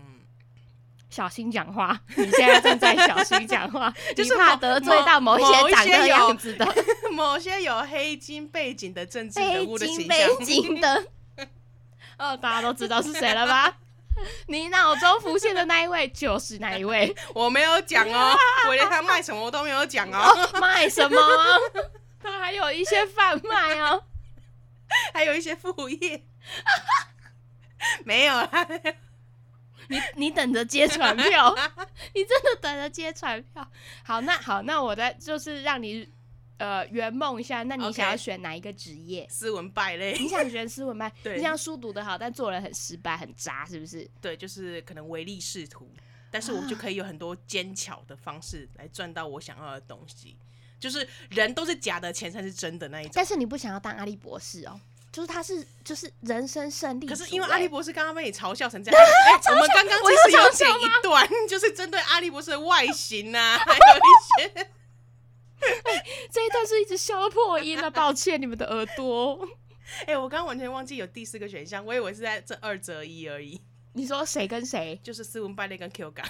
S2: 小心
S1: [laughs]
S2: 讲话。你现在正在小心讲话，
S1: 就是
S2: 你怕
S1: 某
S2: 得罪到某一
S1: 某
S2: 些
S1: 一
S2: 长
S1: 些
S2: 这
S1: 有
S2: 样子的
S1: 某些有黑金背景的政治人
S2: [laughs] 黑
S1: 物的
S2: 金
S1: 形
S2: 背
S1: 象。
S2: 景的。哦，大家都知道是谁了
S1: [laughs]
S2: 吧？你脑中浮现的那一位就是那
S1: [laughs]
S2: 一位。
S1: [laughs] 我没有讲
S2: [laughs]
S1: 哦，我连他卖什么我都没有讲哦。
S2: 哦，卖什么 [laughs] 啊？他还有一些贩卖哦。
S1: 还有一些副业， [laughs] 没有啦，
S2: 你 [laughs] 你等着接
S1: [laughs]
S2: 传票，你真的等着接传票。好，那好，那我再就是让你呃圆梦一下。那你
S1: OK
S2: 想要选哪一个职业？
S1: 斯文败类。，
S2: 你想选斯文败
S1: 对
S2: 你想书读的好，但做人很失败、很渣，是不是？
S1: 对，就是可能唯利是图，但是我就可以有很多奸巧的方式来赚到我想要的东西。就是人都是假的，钱才是真的那一种。
S2: 但是你不想要当阿笠博士哦，就是他是就是人生胜利
S1: 可
S2: 组欸。
S1: 是因为阿笠博士刚刚被你嘲笑成 [laughs] 这样，哎、我们刚刚
S2: 我
S1: 其
S2: 有
S1: 实有
S2: 嘲
S1: 剪
S2: 笑
S1: 一段，就是针对阿笠博士的外形 [laughs] 啊，还有一些
S2: 这一段是一直笑到破音了，抱歉你们的耳朵。 [laughs]
S1: 哎、我刚刚完全忘记有第四个选项，我以为是在这二择一而已，
S2: 你说谁跟谁
S1: 就是斯文败类跟 Q 感。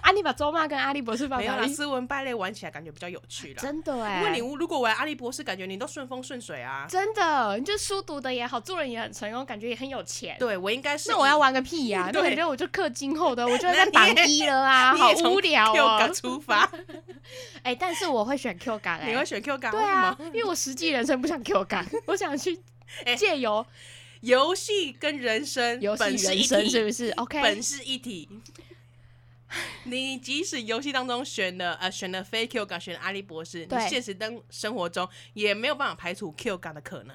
S2: 啊？你把周妈跟阿笠博士放
S1: [laughs] 没有啦，
S2: 在一起，
S1: 斯文败类玩起来感觉比较有趣啦。
S2: 真的哎、
S1: 因为你如果玩阿笠博士，感觉你都顺风顺水啊。
S2: 真的，你就书读的也好，做人也很成功，感觉也很有钱。
S1: 对我应该是
S2: 那我要玩个屁呀、
S1: [laughs] 对
S2: 那我觉得我就氪金后的，我就会
S1: 那
S2: 在
S1: 你
S2: 榜
S1: 也
S2: 一了
S1: [laughs]
S2: 啊，
S1: 你
S2: 好
S1: 也从
S2: 无聊
S1: Q
S2: 哦
S1: 感。出 [laughs] 发，
S2: 哎、但是我会选 Q 感哎、
S1: 你会选 Q 感？
S2: 对
S1: 为什
S2: 啊
S1: 么？，
S2: 因为我实际人生不想 Q 感，我想去
S1: [laughs] 哎
S2: 借由
S1: 游戏跟人生
S2: 游戏
S1: 本是
S2: 人
S1: 一
S2: 生，是
S1: 体，
S2: 不是？OK，
S1: 本是一体。你即使游戏当中选了呃选了非 Q 感，选了阿笠博士，你
S2: 对
S1: 现实当生活中也没有办法排除 Q 感的可能。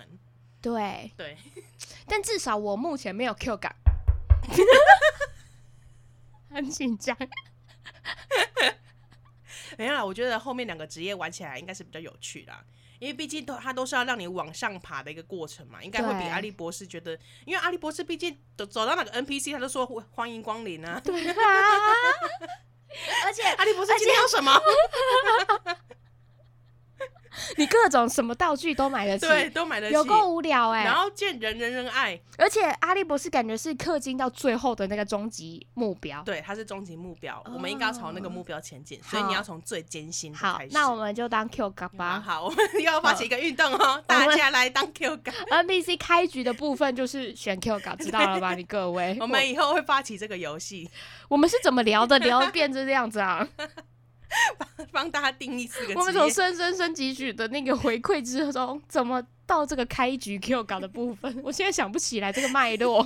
S2: 对，
S1: 对，
S2: 但至少我目前没有
S1: [laughs]
S2: Q 感，很紧张。
S1: 没有啦，我觉得后面两个职业玩起来应该是比较有趣啦，因为毕竟都它都是要让你往上爬的一个过程嘛，应该会比
S2: 对
S1: 阿笠博士觉得，因为阿笠博士毕竟走走到哪个 NPC 他就说欢欢迎光临啊，
S2: 对啊， [laughs] 而且
S1: [laughs] 阿笠博士
S2: 而且
S1: 今天要什么？
S2: 你各种什么道具都买得起，
S1: 对，都买得起，
S2: 有够无聊哎、
S1: 然后见人人人爱，
S2: 而且阿笠博士感觉是氪金到最后的那个终极目标。
S1: 对，它是终极目标，
S2: 哦
S1: 我们应该要朝那个目标前进，所以
S2: 好
S1: 你要从最艰辛的
S2: 好
S1: 开始。，
S2: 那我们就当 Q 嘎
S1: 好
S2: [laughs] 吧。
S1: 好，我们 [laughs] 又要发起一个运动哦，大家来当 Q 感，
S2: NPC 开局的部分就是选 Q 嘎，知道了吧？你各位，
S1: [laughs] 我们以后会发起这个游戏，
S2: 我们是怎么聊的？聊变成这样子啊？
S1: 帮大家定义四 [laughs] 个
S2: 我们
S1: 职
S2: 从
S1: 业。
S2: 生生生汲取的那个回馈之中，怎么到这个开局 Q 稿的部分？我现在想不起来这个脉络。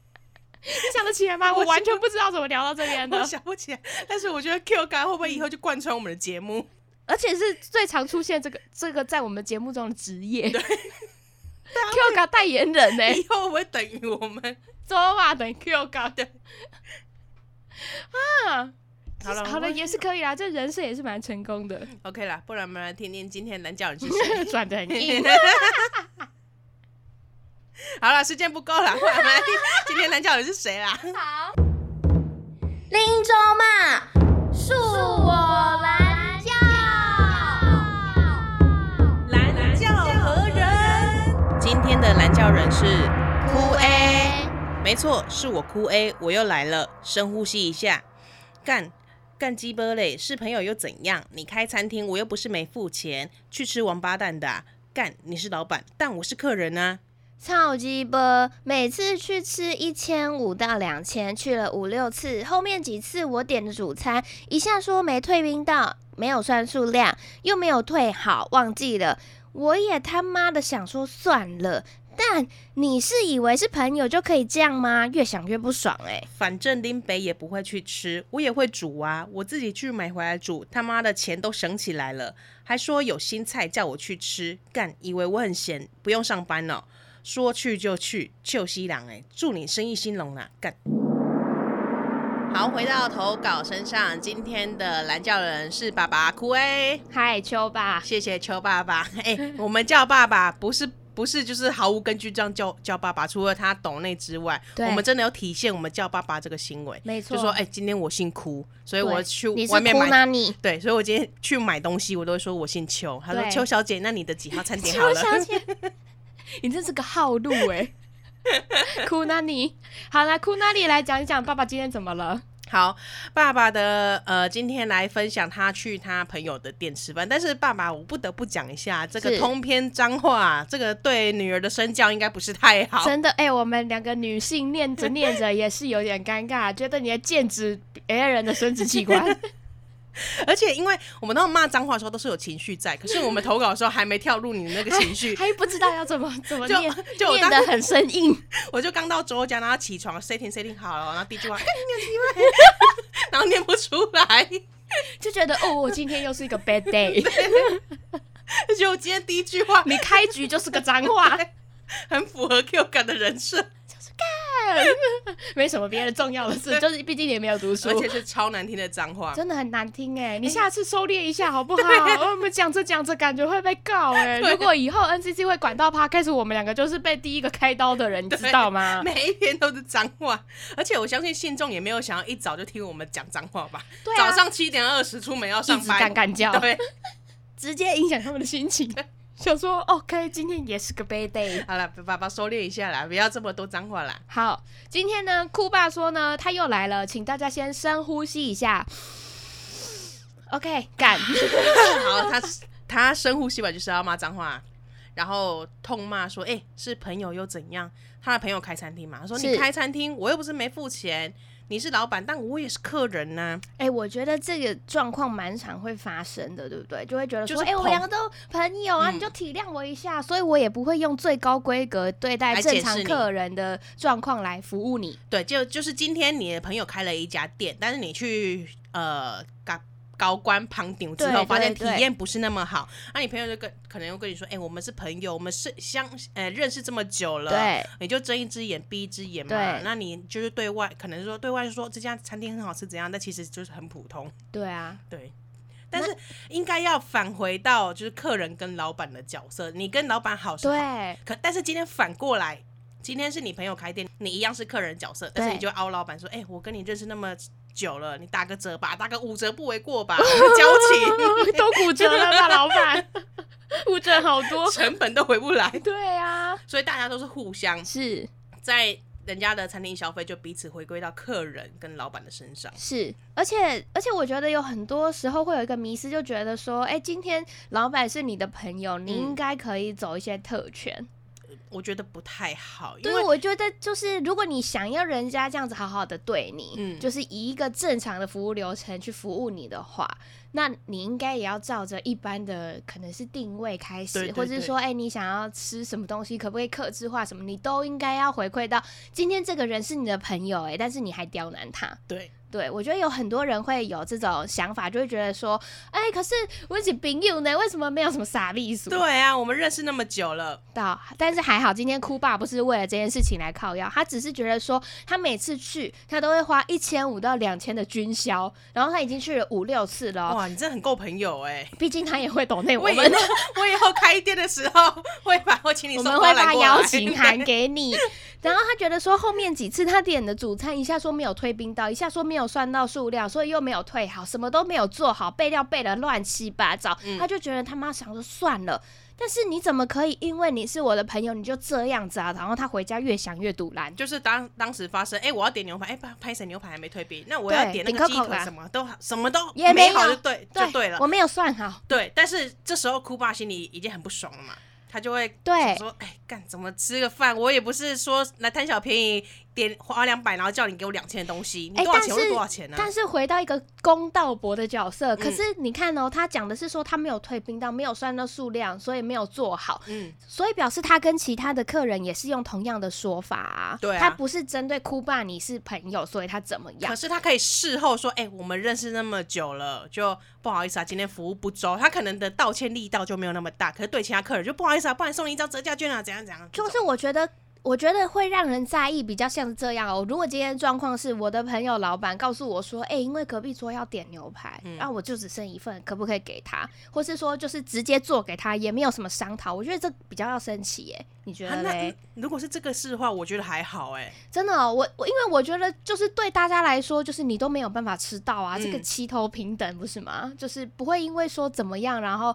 S2: [laughs] 你想得起来吗？
S1: 我
S2: 我完全不知道怎么聊到这边
S1: 我
S2: 的，
S1: 想不起来，但是我觉得 Q 感会不会以后就贯穿我们的节目？
S2: 而且是最常出现这个这个在我们节目中的职业。Q 稿代言人呢、欸
S1: 以后会不会等于我们？
S2: 周马等 Q 稿
S1: 对
S2: [laughs] 啊，
S1: 好了，
S2: 好
S1: 没
S2: 了，
S1: 关系
S2: 也是可以啦，这人设也是蛮成功的，
S1: [laughs] OK 啦，不然我们来听听今天蓝教人
S2: [laughs]
S1: 是谁。
S2: 转的很硬。
S1: [laughs] 好了，时间不够了，不然我们来听今天蓝教人是谁啦？
S2: 好，
S3: 林州骂，恕我蓝教。
S1: 蓝教何人？今天的蓝教人是哭 A。没错，是我哭 A，我又来了，深呼吸一下，干。干鸡巴嘞！是朋友又怎样？你开餐厅，我又不是没付钱，去吃王八蛋的啊、干，你是老板，但我是客人啊！
S3: 超级波，每次去吃一千五到两千，去了五六次，后面几次我点的主餐，一下说没退冰到，没有算数量，又没有退好，忘记了。我也他妈的想说算了，但你是以为是朋友就可以这样吗？越想越不爽哎、
S1: 反正林北也不会去吃，我也会煮啊，我自己去买回来煮，他妈的钱都省起来了，还说有新菜叫我去吃，干，以为我很闲，不用上班哦，说去就去，就西郎哎，祝你生意兴隆啦，干。好，回到投稿身上，今天的蓝教人是爸爸欸酷威，
S2: 嗨，秋吧，
S1: 谢谢邱爸爸。 [laughs] 哎、我们叫爸爸不是不是就是毫无根据这样叫叫爸爸，除了他懂内之外，
S2: 对
S1: 我们真的要体现我们叫爸爸这个行为。
S2: 没
S1: 就说哎、今天我姓哭，所以
S2: 对
S1: 我去
S3: 你是
S1: 外面
S3: 哭
S1: 买。
S3: 吗你？
S1: 对，所以我今天去买东西，我都会说我姓邱。他说
S2: 对
S1: 邱小姐，那你的几号餐
S2: [laughs]
S1: 点好
S2: 邱
S1: 了？
S2: 小姐，你真是个好路 [laughs] 哎、库纳尼，好啦，库纳尼来讲一讲爸爸今天怎么了？
S1: [laughs] 好，爸爸的呃，今天来分享他去他朋友的店吃饭，但是爸爸我不得不讲一下，这个
S3: 是
S1: 通篇脏话，这个对女儿的身教应该不是太好。
S2: 真的哎、我们两个女性念着念着也是有点尴尬，觉得你的剑指别人的生殖器
S1: [laughs]
S2: 官，
S1: 而且因为我们那种骂脏话的时候都是有情绪在，可是我们投稿的时候还没跳入你那个情
S2: [laughs]
S1: 绪，
S2: 还不知道要怎么怎么
S1: 就
S2: 念，
S1: 就我
S2: 念
S1: 当
S2: 得
S1: [laughs]
S2: 很生硬。
S1: 我就刚到周家，然后起床 setting setting 好了，然后第一句话干你念起来， [laughs] 然后念不出来，
S2: 就觉得哦，我今天又是一个 bad day，
S1: 就今天第一句 [laughs] 话
S2: 你开局就是个脏话， [laughs]
S1: 很符合 Q 感的人设，
S2: 没什么别的重要的事，就是毕竟也没有读书
S1: 而，且是超难听的脏话。
S2: [laughs] 真的很难听哎、你下次收敛一下好不好？我们讲着讲着感觉会被告哎、
S1: 对
S2: 如果以后 NCC 会管到趴，开始我们两个就是被第一个开刀的人，你知道吗？
S1: 每一天都是脏话，而且我相信信众也没有想要一早就听我们讲脏话吧。
S2: 对啊
S1: 早上七点二十出门要
S2: 一
S1: 上
S2: 直
S1: 班，
S2: 干
S1: [laughs]
S2: 干叫，
S1: 对，
S2: 直接影响他们的心情。想说哦 OK，今天也是个 bad day。
S1: 好了，爸爸收敛一下啦，不要这么多脏话啦。
S2: 好，今天呢，酷爸说呢，他又来了，请大家先深呼吸一下。OK，干。
S1: [laughs] 好，他他深呼吸吧，就是要骂脏话，然后痛骂说：“哎、是朋友又怎样？”他的朋友开餐厅嘛，他说：“
S3: 是
S1: 你开餐厅，我又不是没付钱，你是老板，但我也是客人呐、
S3: 哎、我觉得这个状况蛮常会发生的，对不对？就会觉得
S1: 就
S3: 说，
S1: 是
S3: 哎、我
S1: 捧
S3: 们两个都朋友啊，
S1: 嗯
S3: 你就体谅我一下，所以我也不会用最高规格对待
S1: 来
S3: 正
S1: 解
S3: 常
S1: 释你
S3: 客人的状况来服务你。
S1: 对，就就是今天你的朋友开了一家店，但是你去呃高高官旁顶之
S3: 对
S1: 后，发现体
S3: 对对
S1: 验不是那么好，那、你朋友就跟可能又跟你说：“哎、我们是朋友，我们是相呃认识这么久了，
S3: 对，
S1: 你就睁一只眼闭一只眼嘛
S3: 对。
S1: 那你就是对外可能说对外说这家餐厅很好吃怎样，但其实就是很普通。
S3: 对啊，
S1: 对，但是应该要返回到就是客人跟老板的角色，你跟老板好是好，
S3: 对，
S1: 可但是今天反过来。今天是你朋友开店，你一样是客人角色，但是
S3: 对
S1: 你就凹老板说：“哎、我跟你认识那么久了，你打个折吧，打个五折不为过
S3: [laughs]
S1: 吧，交
S2: [laughs] 都骨折了吧，老板？骨折好多
S1: 情。成本都回不来，
S2: [laughs] 对啊，
S1: 所以大家都是互相
S3: 是
S1: 在人家的餐厅消费，就彼此回归到客人跟老板的身上。
S3: 是，而且而且，我觉得有很多时候会有一个迷思，就觉得说，哎、今天老板是你的朋友，你应
S1: 嗯
S3: 该可以走一些特权。
S1: 我觉得不太好，因
S3: 对，
S1: 为
S3: 我觉得就是如果你想要人家这样子好好的对你，
S1: 嗯
S3: 就是以一个正常的服务流程去服务你的话，那你应该也要照着一般的可能是定位开始，
S1: 对对
S3: 或者是说，哎、你想要吃什么东西，可不可以克制化什么，你都应该要回馈到今天这个人是你的朋友、哎，但是你还刁难他。
S1: 对
S3: 对，我觉得有很多人会有这种想法，就会觉得说，哎、可是我是朋友呢，为什么没有什么傻逼俗？
S1: 对啊，我们认识那么久了，
S3: 到，但是还好，今天哭爸不是为了这件事情来靠腰，他只是觉得说，他每次去他都会花一千五到两千的军销，然后他已经去了五六次了哦，
S1: 哇，你真的很够朋友哎、
S3: 毕竟他也会懂 [laughs] 内我
S1: 我以后
S3: 们，
S1: 我以后开店的时候会把我请你
S3: 我
S1: 送
S3: 们
S1: 花
S3: 会
S1: 篮
S3: 发
S1: 过来
S3: 邀
S2: [laughs]
S3: 请函给你。然后他觉得说，后面几次他点的主餐，一下说没有退冰刀，一下说没有算到数量，所以又没有退好，什么都没有做好，备料备的乱七八糟，
S1: 嗯
S3: 他就觉得他妈想说算了。但是你怎么可以因为你是我的朋友你就这样子啊？然后他回家越想越堵拦。
S1: [laughs] 就是当当时发生，哎、我要点牛排，哎、拍拍谁牛排还没退冰，那我要
S3: 对
S1: 点那
S3: 顶
S1: 个
S3: 扣
S1: 鸡
S3: 扣
S1: 腿
S3: 啦
S1: 什么都好什么都
S3: 啊也没
S1: 没
S3: 有
S1: 好就对就对了
S3: 我没有算好，
S1: 对，但是这时候哭爸心里已经很不爽了嘛，他就会
S3: 对
S1: 想说，哎、干怎么吃个饭？我也不是说来贪小便宜，点花两百，然后叫你给我两千的东西，你
S2: 哎
S1: 多少
S2: 但
S1: 钱我就是多少钱呢、啊？
S2: 但是回到一个公道伯的角色，可
S1: 嗯
S2: 是你看哦，他讲的是说他没有退冰到，没有算到数量，所以没有做好，
S1: 嗯，
S2: 所以表示他跟其他的客人也是用同样的说法、啊。
S1: 对啊
S2: 他不是针对哭爸你是朋友，所以他怎么样
S1: 可？是他可以事后说，哎、我们认识那么久了，就不好意思啊，今天服务不周，他可能的道歉力道就没有那么大，可是对其他客人就不好意思啊，不然送你一张折价券啊，怎样怎样，
S2: 就是我觉得，我觉得会让人在意，比较像是这样哦。如果今天状况是我的朋友老板告诉我说，哎、因为隔壁桌要点牛排，
S1: 嗯
S2: 然、后、我就只剩一份，可不可以给他？或是说就是直接做给他，也没有什么商讨，我觉得这比较要生气耶。你觉
S1: 啊
S2: 得
S1: 那
S2: 嘞？
S1: 嗯如果是这个事的话，我觉得还好哎、
S2: 真的哦、我我因为我觉得就是对大家来说，就是你都没有办法吃到啊，这个
S1: 嗯
S2: 齐头平等不是吗？就是不会因为说怎么样，然后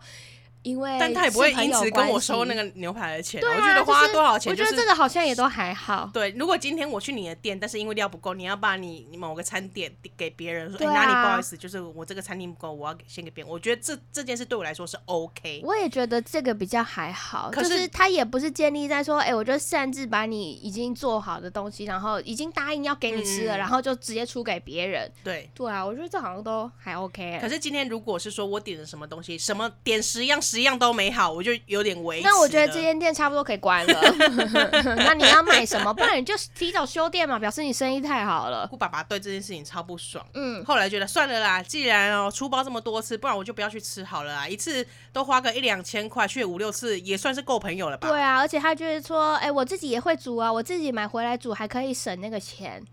S2: 因为
S1: 但他也不会
S2: 是朋
S1: 因
S2: 友
S1: 此跟我
S2: 关系
S1: 收那个牛排的钱啊，
S2: 对啊，
S1: 哎我觉得花
S2: 就是
S1: 多少钱、就是，
S2: 我觉得这个好像也都还好。
S1: 对，如果今天我去你的店，但是因为料不够，你要把你你某个餐点给别人说，哎、
S2: 对啊
S1: 那你不好意思，就是我这个餐厅不够，我要给先给别人。我觉得这这件事对我来说是 OK。
S2: 我也觉得这个比较还好，
S1: 可
S2: 就是是他也不是建立在说，哎、我就擅自把你已经做好的东西，然后已经答应要给你吃了，
S1: 嗯
S2: 然后就直接出给别人。
S1: 对，
S2: 对啊，我觉得这好像都还 OK 欸、
S1: 可是今天如果是说我点了什么东西，什么点十样十样都没好，我就有点为。
S2: 那我觉得这间店差不多可以关 [laughs] 了。那你要卖什么？不然你就提早休店嘛，表示你生意太好了。
S1: 顾爸爸对这件事情超不爽。
S2: 嗯，
S1: 后来觉得算了啦，既然哦出包这么多次，不然我就不要去吃好了啦。啊一次都花个一两千块，去五六次也算是够朋友了吧？
S2: 对啊，而且他就是说，哎、我自己也会煮啊，我自己买回来煮还可以省那个 [laughs] 钱。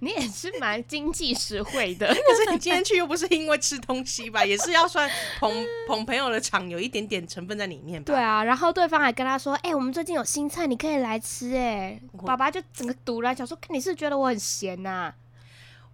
S2: 你也是蛮经济实惠的。
S1: 可是你今天去又不是因为吃东西吧，也是要算
S2: [laughs]
S1: 捧捧朋友的场，有一点点成分在里面吧。
S2: 对啊，然后对方还跟他说：“哎、我们最近有新菜，你可以来吃。”哎，
S1: 我
S2: [laughs] 爸爸就整个堵了，想说：“看你是不是觉得我很闲呐、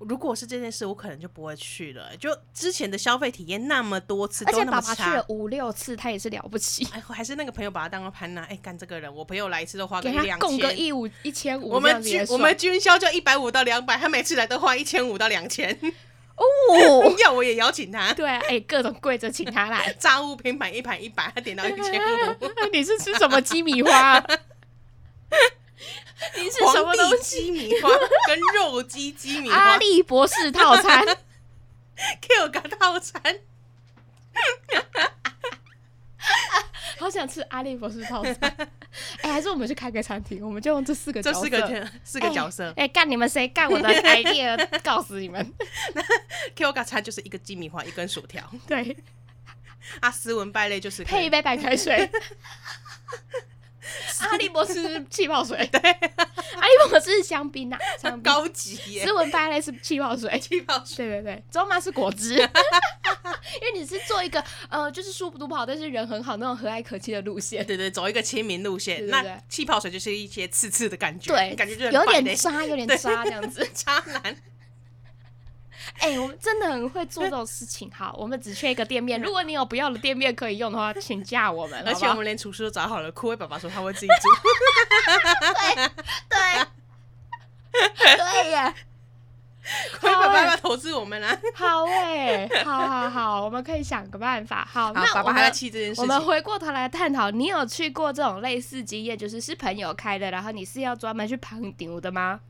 S1: 如果是这件事，我可能就不会去了、就之前的消费体验那么多次，
S2: 而
S1: 都
S2: 且
S1: 那
S2: 爸
S1: 么
S2: 爸去
S1: 差
S2: 了五六次，他也是了不起，
S1: 哎，还是那个朋友把他当个潘娜。哎、干这个人，我朋友来一次都花
S2: 给
S1: 一
S2: 他
S1: 两
S2: 供个
S1: 千。
S2: 一五一千五，
S1: 我们均我们均销就一百五到两百，他每次来都花一千五到两
S2: [laughs]
S1: 千，
S2: 哦，
S1: 要我也邀请他。。
S2: [laughs] 对啊，哎、各种跪着请他来
S1: 炸物平板一盘一百，他点到一千
S2: [laughs]
S1: 五，
S2: 你是吃什么鸡米花、啊 [laughs] 你是什
S1: 皇
S2: 么东
S1: 帝
S2: 西？
S1: 鸡米花跟肉鸡鸡米
S2: 阿
S1: 花
S2: 笠博士套餐，
S1: [laughs] ，Q 个套餐。
S2: 好想吃阿笠博士套
S1: [laughs]
S2: 餐。哎、还是我们去开个餐厅，我们就用这四个角
S1: 这
S2: 色，
S1: 四个角四个角色、
S2: 哎、干你们谁干
S1: [laughs]
S2: 我的 idea，告 [laughs] 死你们！
S1: q 嘎餐就是一个鸡米花，一根薯条。
S2: 对，
S1: 啊，斯文败类就是
S2: 配一
S1: 杯，
S2: 杯白
S1: [laughs]
S2: 开水。阿笠博士是气泡水，对，阿笠博士是香槟呐、啊，香槟。
S1: 高级耶
S2: 斯，文败类是气泡水，
S1: 气泡水。
S2: 对对对，周妈是
S1: [laughs]
S2: 果汁，因为你是做一个呃，就是书不读不好，但是人很好那种和蔼可亲的路线，
S1: 对对，走一个亲民路线。
S2: 对对对
S1: 那气泡水就是一些刺刺的感觉，
S2: 对，
S1: 感觉就是
S2: 有
S1: 败
S2: 点
S1: 类
S2: [laughs] 渣，有点
S1: 对。
S2: 渣这样子
S1: 渣男。
S2: 哎、我们真的很会做这种事情。好，我们只缺一个
S1: [laughs]
S2: 店面，如果你有不要的店面可以用的话，请嫁我们，
S1: 而且我
S2: 好不好
S1: 们连厨师都找好了，酷威爸爸说他会自己煮。
S2: [laughs] 对 [laughs] 对耶。
S1: 酷威爸爸要投资我们啊啦。
S2: 好哎、好好好，我们可以想个办法。
S1: [laughs]
S2: 好，那
S1: 好，爸
S2: 我
S1: 爸
S2: 们
S1: 还在气这件事
S2: 我们
S1: 情。
S2: 回过头来探讨，你有去过这种类似经验，就是是朋友开的，然后你是要专门去旁丢的吗？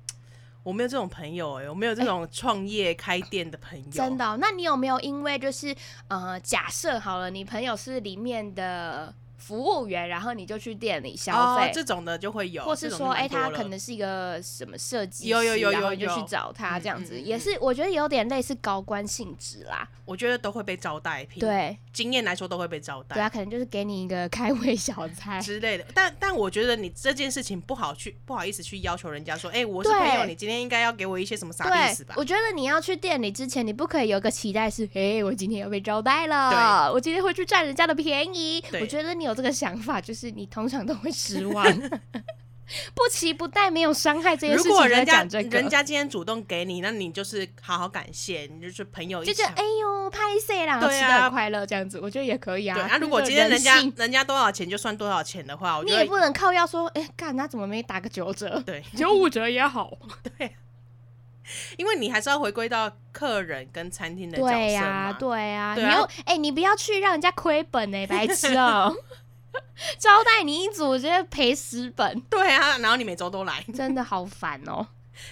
S1: 我没有这种朋友哎，我没有这种创业开店的朋友。
S2: 真的哦、那你有没有因为就是呃，假设好了，你朋友是里面的服务员，然后你就去店里消
S1: 哦
S2: 费，，
S1: 这种的就会有，
S2: 或
S1: 这
S2: 是
S1: 种就
S2: 说，哎、
S1: 蛮多
S2: 他
S1: 了
S2: 可能是一个什么设计师，
S1: 有有有
S2: 然后你
S1: 有
S2: 就去
S1: 有
S2: 找他
S1: 嗯
S2: 这样
S1: 嗯
S2: 子，
S1: 嗯
S2: 也
S1: 嗯
S2: 是我觉得有点类似高官性质啦。
S1: 我觉得都会被招待，凭
S2: 对
S1: 经验来说都会被招
S2: 对
S1: 待
S2: 啊，可能就是给你一个开
S1: [laughs]
S2: 胃小菜。
S1: 之类的。但但我觉得你这件事情不好去不好意思去要求人家说，哎、我是
S2: 对
S1: 朋友，你今天应该要给我一些什么傻逼死
S2: 对
S1: 吧，？
S2: 我觉得你要去店里之前，你不可以有个期待是，诶，我今天要被招待了，我今天会去占人家的便宜。
S1: 对
S2: 我觉得你有这个想法，就是你通常都会失望。不期不待，没有伤害这件事
S1: 如
S2: 情，
S1: 果人
S2: 就在
S1: 家
S2: 讲这个，
S1: 人家今天主动给你，那你就是好好感谢，你就是朋友一
S2: 就觉得
S1: 场。
S2: 哎呦拍碎啦，
S1: 对啊
S2: 吃的很快乐这样子，我觉得也可以啊。
S1: 对，那、
S2: 就是
S1: 如果今天人家
S2: 性
S1: 人家多少钱就算多少钱的话，我
S2: 你
S1: 觉
S2: 也
S1: 得
S2: 不能靠要说，哎，干他怎么没打个九折？
S1: 对， [laughs]
S2: 九五折也好。
S1: 因为你还是要回归到客人跟餐厅的角色
S2: 对呀、
S1: 嘛。
S2: 对呀、
S1: 对
S2: 你
S1: 啊 [laughs]
S2: 又哎、你不要去让人家亏本哎、白痴哦、招待你一组，我觉得赔十本，
S1: 对啊，然后你每周都来， [laughs]
S2: 真的好烦哦。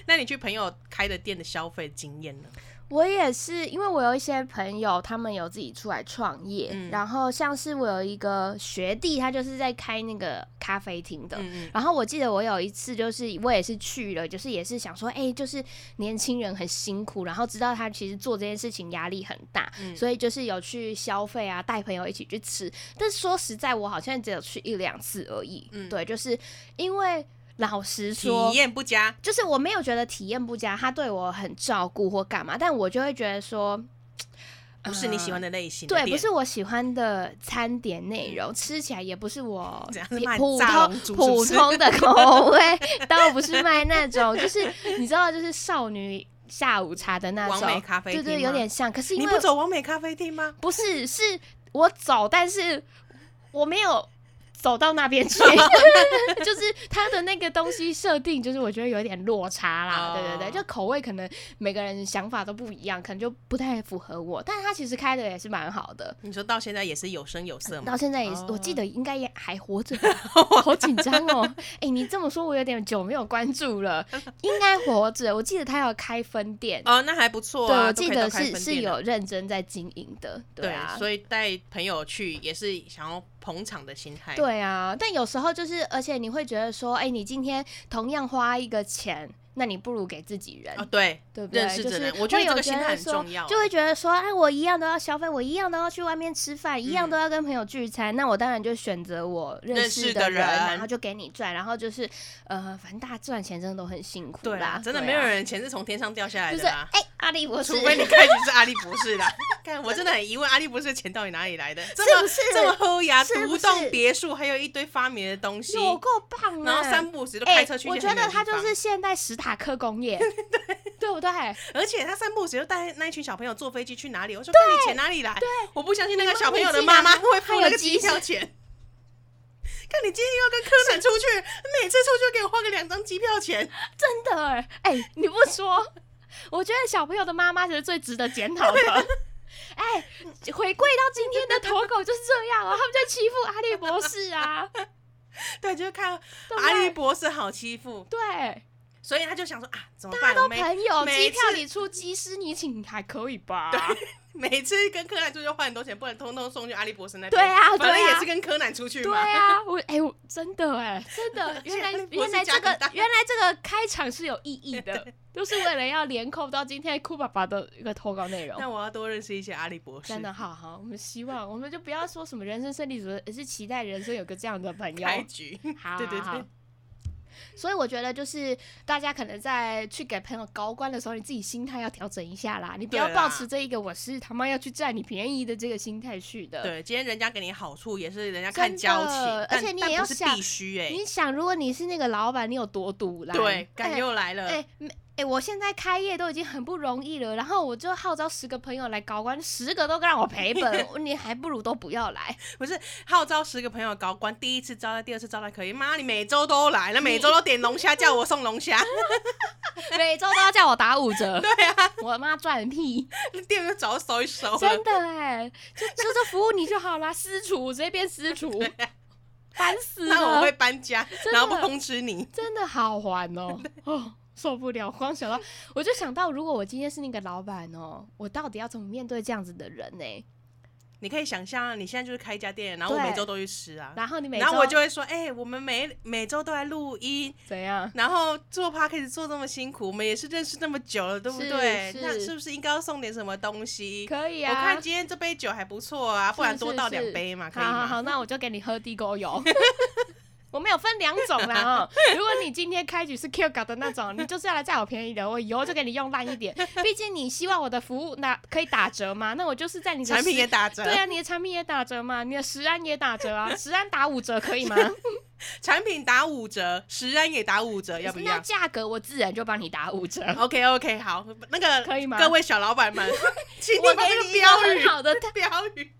S1: 那你去朋友开的店的消费经验呢？
S2: [laughs] 我也是，因为我有一些朋友，他们有自己出来创业，
S1: 嗯
S2: 然后像是我有一个学弟，他就是在开那个咖啡厅的。
S1: 嗯嗯，
S2: 然后我记得我有一次，就是我也是去了，就是也是想说，哎、就是年轻人很辛苦，然后知道他其实做这件事情压力很大，
S1: 嗯
S2: 所以就是有去消费啊，带朋友一起去吃。但说实在，我好像只有去一两次而已。
S1: 嗯
S2: 对，就是因为老实
S1: 体
S2: 说，
S1: 验不佳，
S2: 就是我没有觉得体验不佳，他对我很照顾或干嘛，但我就会觉得说，
S1: 不是你喜欢的类型的
S2: 呃对，
S1: 店，
S2: 不是我喜欢的餐点内容，吃起来也不
S1: [laughs]
S2: 是我
S1: 怎样
S2: 普
S1: 是卖
S2: 普
S1: 炸
S2: 通
S1: 龙珠
S2: 普
S1: 是不是
S2: 通的 [laughs] 口味，倒不是卖那种， [laughs] 就是你知道，就是少女下午茶的那
S1: 完美
S2: 种，
S1: 咖啡
S2: 对
S1: 厅
S2: 对，
S1: 吗
S2: 有点像。可是
S1: 你
S2: 因为
S1: 不走完美咖啡厅吗？
S2: 不是，是我走，但是我没有走到那
S1: [laughs]
S2: 边去，就是它的那个东西设定，就是我觉得有点落差啦。
S1: 哦
S2: 对对对，就口味可能每个人想法都不一样，可能就不太符合我。但是它其实开的也是蛮好的，
S1: 你说到现在也是有声有色吗？
S2: 到现在也是，
S1: 哦
S2: 我记得应该也还活着吧，好紧张哦。哎、你这么说，我有点久没有关注了，应该活着。我记得他要开分店。
S1: 哦，那还不错
S2: 对，
S1: 啊，
S2: 我
S1: 都
S2: 记
S1: 可以到
S2: 得
S1: 开
S2: 是
S1: 分
S2: 是
S1: 店了
S2: 有认真在经营的，
S1: 对
S2: 啊，
S1: 所以带朋友去也是想要捧场的心态，
S2: 对啊，但有时候就是，而且你会觉得说，哎、你今天同样花一个钱，那你不如给自己人，
S1: 啊，对，
S2: 对不对？
S1: 认识的人，
S2: 就是
S1: 我觉得
S2: 会有
S1: 这个心
S2: 觉得
S1: 态很
S2: 说
S1: 重要，
S2: 就会觉得说，哎，我一样都要消费，我一样都要去外面吃饭，一样都要跟朋友聚餐，那我当然就选择我
S1: 嗯
S2: 认
S1: 认
S2: 识
S1: 识
S2: 的
S1: 的
S2: 人，然
S1: 人
S2: 后就给你赚，然后就是，呃，反正大家赚钱真的都很辛苦
S1: 对
S2: 啦
S1: 啦，，真的
S2: 对
S1: 没有
S2: 啊。
S1: 人钱是从天上掉下来
S2: 就
S1: 的
S2: 是哎 [laughs]
S1: 啦。、
S2: 阿笠博士，
S1: 除非你开始是阿笠博士啦，看我真的很疑问，阿笠博士的钱到底哪里来的？这么
S2: 是
S1: 这么齁牙，
S2: 是不
S1: 独
S2: 是
S1: 栋别墅，还有一堆发明的东西，
S2: 有够棒啊！
S1: 然后三不五时就
S2: 哎、
S1: 开车去一
S2: 我
S1: 些
S2: 觉
S1: 很远
S2: 得
S1: 的
S2: 他
S1: 地
S2: 就
S1: 方
S2: 是现代史
S1: [laughs]
S2: 塔克工业， [laughs] 对不对？
S1: 而且他散步时就带那一群小朋友坐飞机去哪里？我说看你钱哪里来？对，我不相信那个小朋友的妈妈会付那个机票钱。看你今天又跟柯南出去，每次出去给我花个两张机票钱，
S2: 真的哎、哎你不 [laughs] 说，我觉得小朋友的妈妈才是最值得检讨的。 [laughs] 哎、回归到今天的投稿就是这样啊，他们在欺负阿笠博士 [laughs] 啊，
S1: 对，就是看
S2: 对不
S1: 阿笠
S2: 对？
S1: 博士好欺负，
S2: 对，
S1: 所以他就想说啊，怎么
S2: 大家
S1: 办？我
S2: 都
S1: 每
S2: 朋友，
S1: 每
S2: 机票
S1: 次
S2: 你出，机师你请，还可以吧？
S1: 每次跟柯南出去花很多钱，不然通通送去阿笠博士那边。
S2: 对啊
S1: 反正
S2: 对啊
S1: 也是跟柯南出去
S2: 对
S1: 嘛。
S2: 啊，我哎、我真的哎、真 [laughs] 的，原来
S1: 阿笠博士
S2: 原来
S1: 家
S2: 这个
S1: 很大
S2: 原来这个开场是有意义 [laughs] 的，就是为了要连扣到今天酷爸爸的一个投稿内容。
S1: 那我要多认识一些阿笠博士，
S2: 真的好好，我们希望我们就不要说什么人生胜利组，而是期待人生有个这样的朋友。
S1: 开局。 [laughs]
S2: 好，
S1: 对对
S2: 好
S1: 对。
S2: 所以我觉得就是大家可能在去给朋友高官的时候，你自己心态要调整一下啦，你不要
S1: 对啦
S2: 抱持这一个我是他妈要去占你便宜的这个心态去的。。
S1: 对，今天人家给你好处也是人家
S2: 真
S1: 看交
S2: 的
S1: 情，
S2: 而
S1: 但
S2: 且你
S1: 但
S2: 也要
S1: 不是
S2: 想
S1: 必须哎、
S2: 你想，如果你是那个老板，你有多毒啦？
S1: 对，
S2: 哎
S1: 干又来了。
S2: 哎、没哎我现在开业都已经很不容易了，然后我就号召十个朋友来高官，十个都让我赔
S1: [laughs]
S2: 本，你还不如都不要来。
S1: 不是号召十个朋友高官，第一次招待，第二次招待可以。妈，你每周都来，
S2: 嗯
S1: 那每周都点龙虾，叫我送龙虾， [laughs]
S2: [laughs] 每周都要叫我打五折。对啊，我妈
S1: [laughs]
S2: 赚屁，
S1: 店就早收一收
S2: 真
S1: 了。
S2: 的哎，就就这服务你就好啦， [laughs] 私厨直接变
S1: [laughs]
S2: 私厨，烦死
S1: 啊那我会
S2: 了，
S1: 搬家
S2: 的，
S1: 然后不通知你。
S2: 真的好烦
S1: [laughs]
S2: 哦，哦。受不了，光想到我就想到，如果我今天是那个老板哦，我到底要怎么面对这样子的人欸呢、
S1: 你可以想象啊，你现在就是开一家店，然后我
S2: 对
S1: 每周都去吃啊。
S2: 然后你每周
S1: 然后我就会说，哎、我们每每周都来录音，
S2: 怎样？
S1: 然后做 p 开始做这么辛苦，我们也是认识这么久了，对不
S2: 是
S1: 对？
S2: 是
S1: 那是不是应该要送点什么东西？
S2: 可以啊，
S1: 我看今天这杯酒还不错啊，不然
S2: 是
S1: 多
S2: 是
S1: 倒
S2: 是
S1: 两杯嘛，可以
S2: 好好
S1: 吗？
S2: 好，那我就给你喝地沟油。 [laughs] 我们有分两种啦哦，如果你今天开局是 Q 搞的那种，你就是要来占我便宜的，我以后就给你用烂一点。毕竟你希望我的服务那可以打折嘛，那我就是在你的
S1: 产品
S2: 食
S1: 也打折，
S2: 对啊，你的产品也打折嘛，你的食安也打折啊，食安打五折可以吗？
S1: 产品打五折，食安也打五折， [laughs] 要不
S2: 那
S1: 要？ [laughs] 哦
S2: 价格我自然就帮你打五折。
S1: OK OK，好，那个
S2: 可以吗
S1: 各位小老
S2: [laughs]
S1: 板们，请你
S2: 我
S1: 把
S2: 给
S1: 这
S2: 你
S1: 个
S2: 一个
S1: 标
S2: 很
S1: 语
S2: 好的 [laughs]
S1: 标语，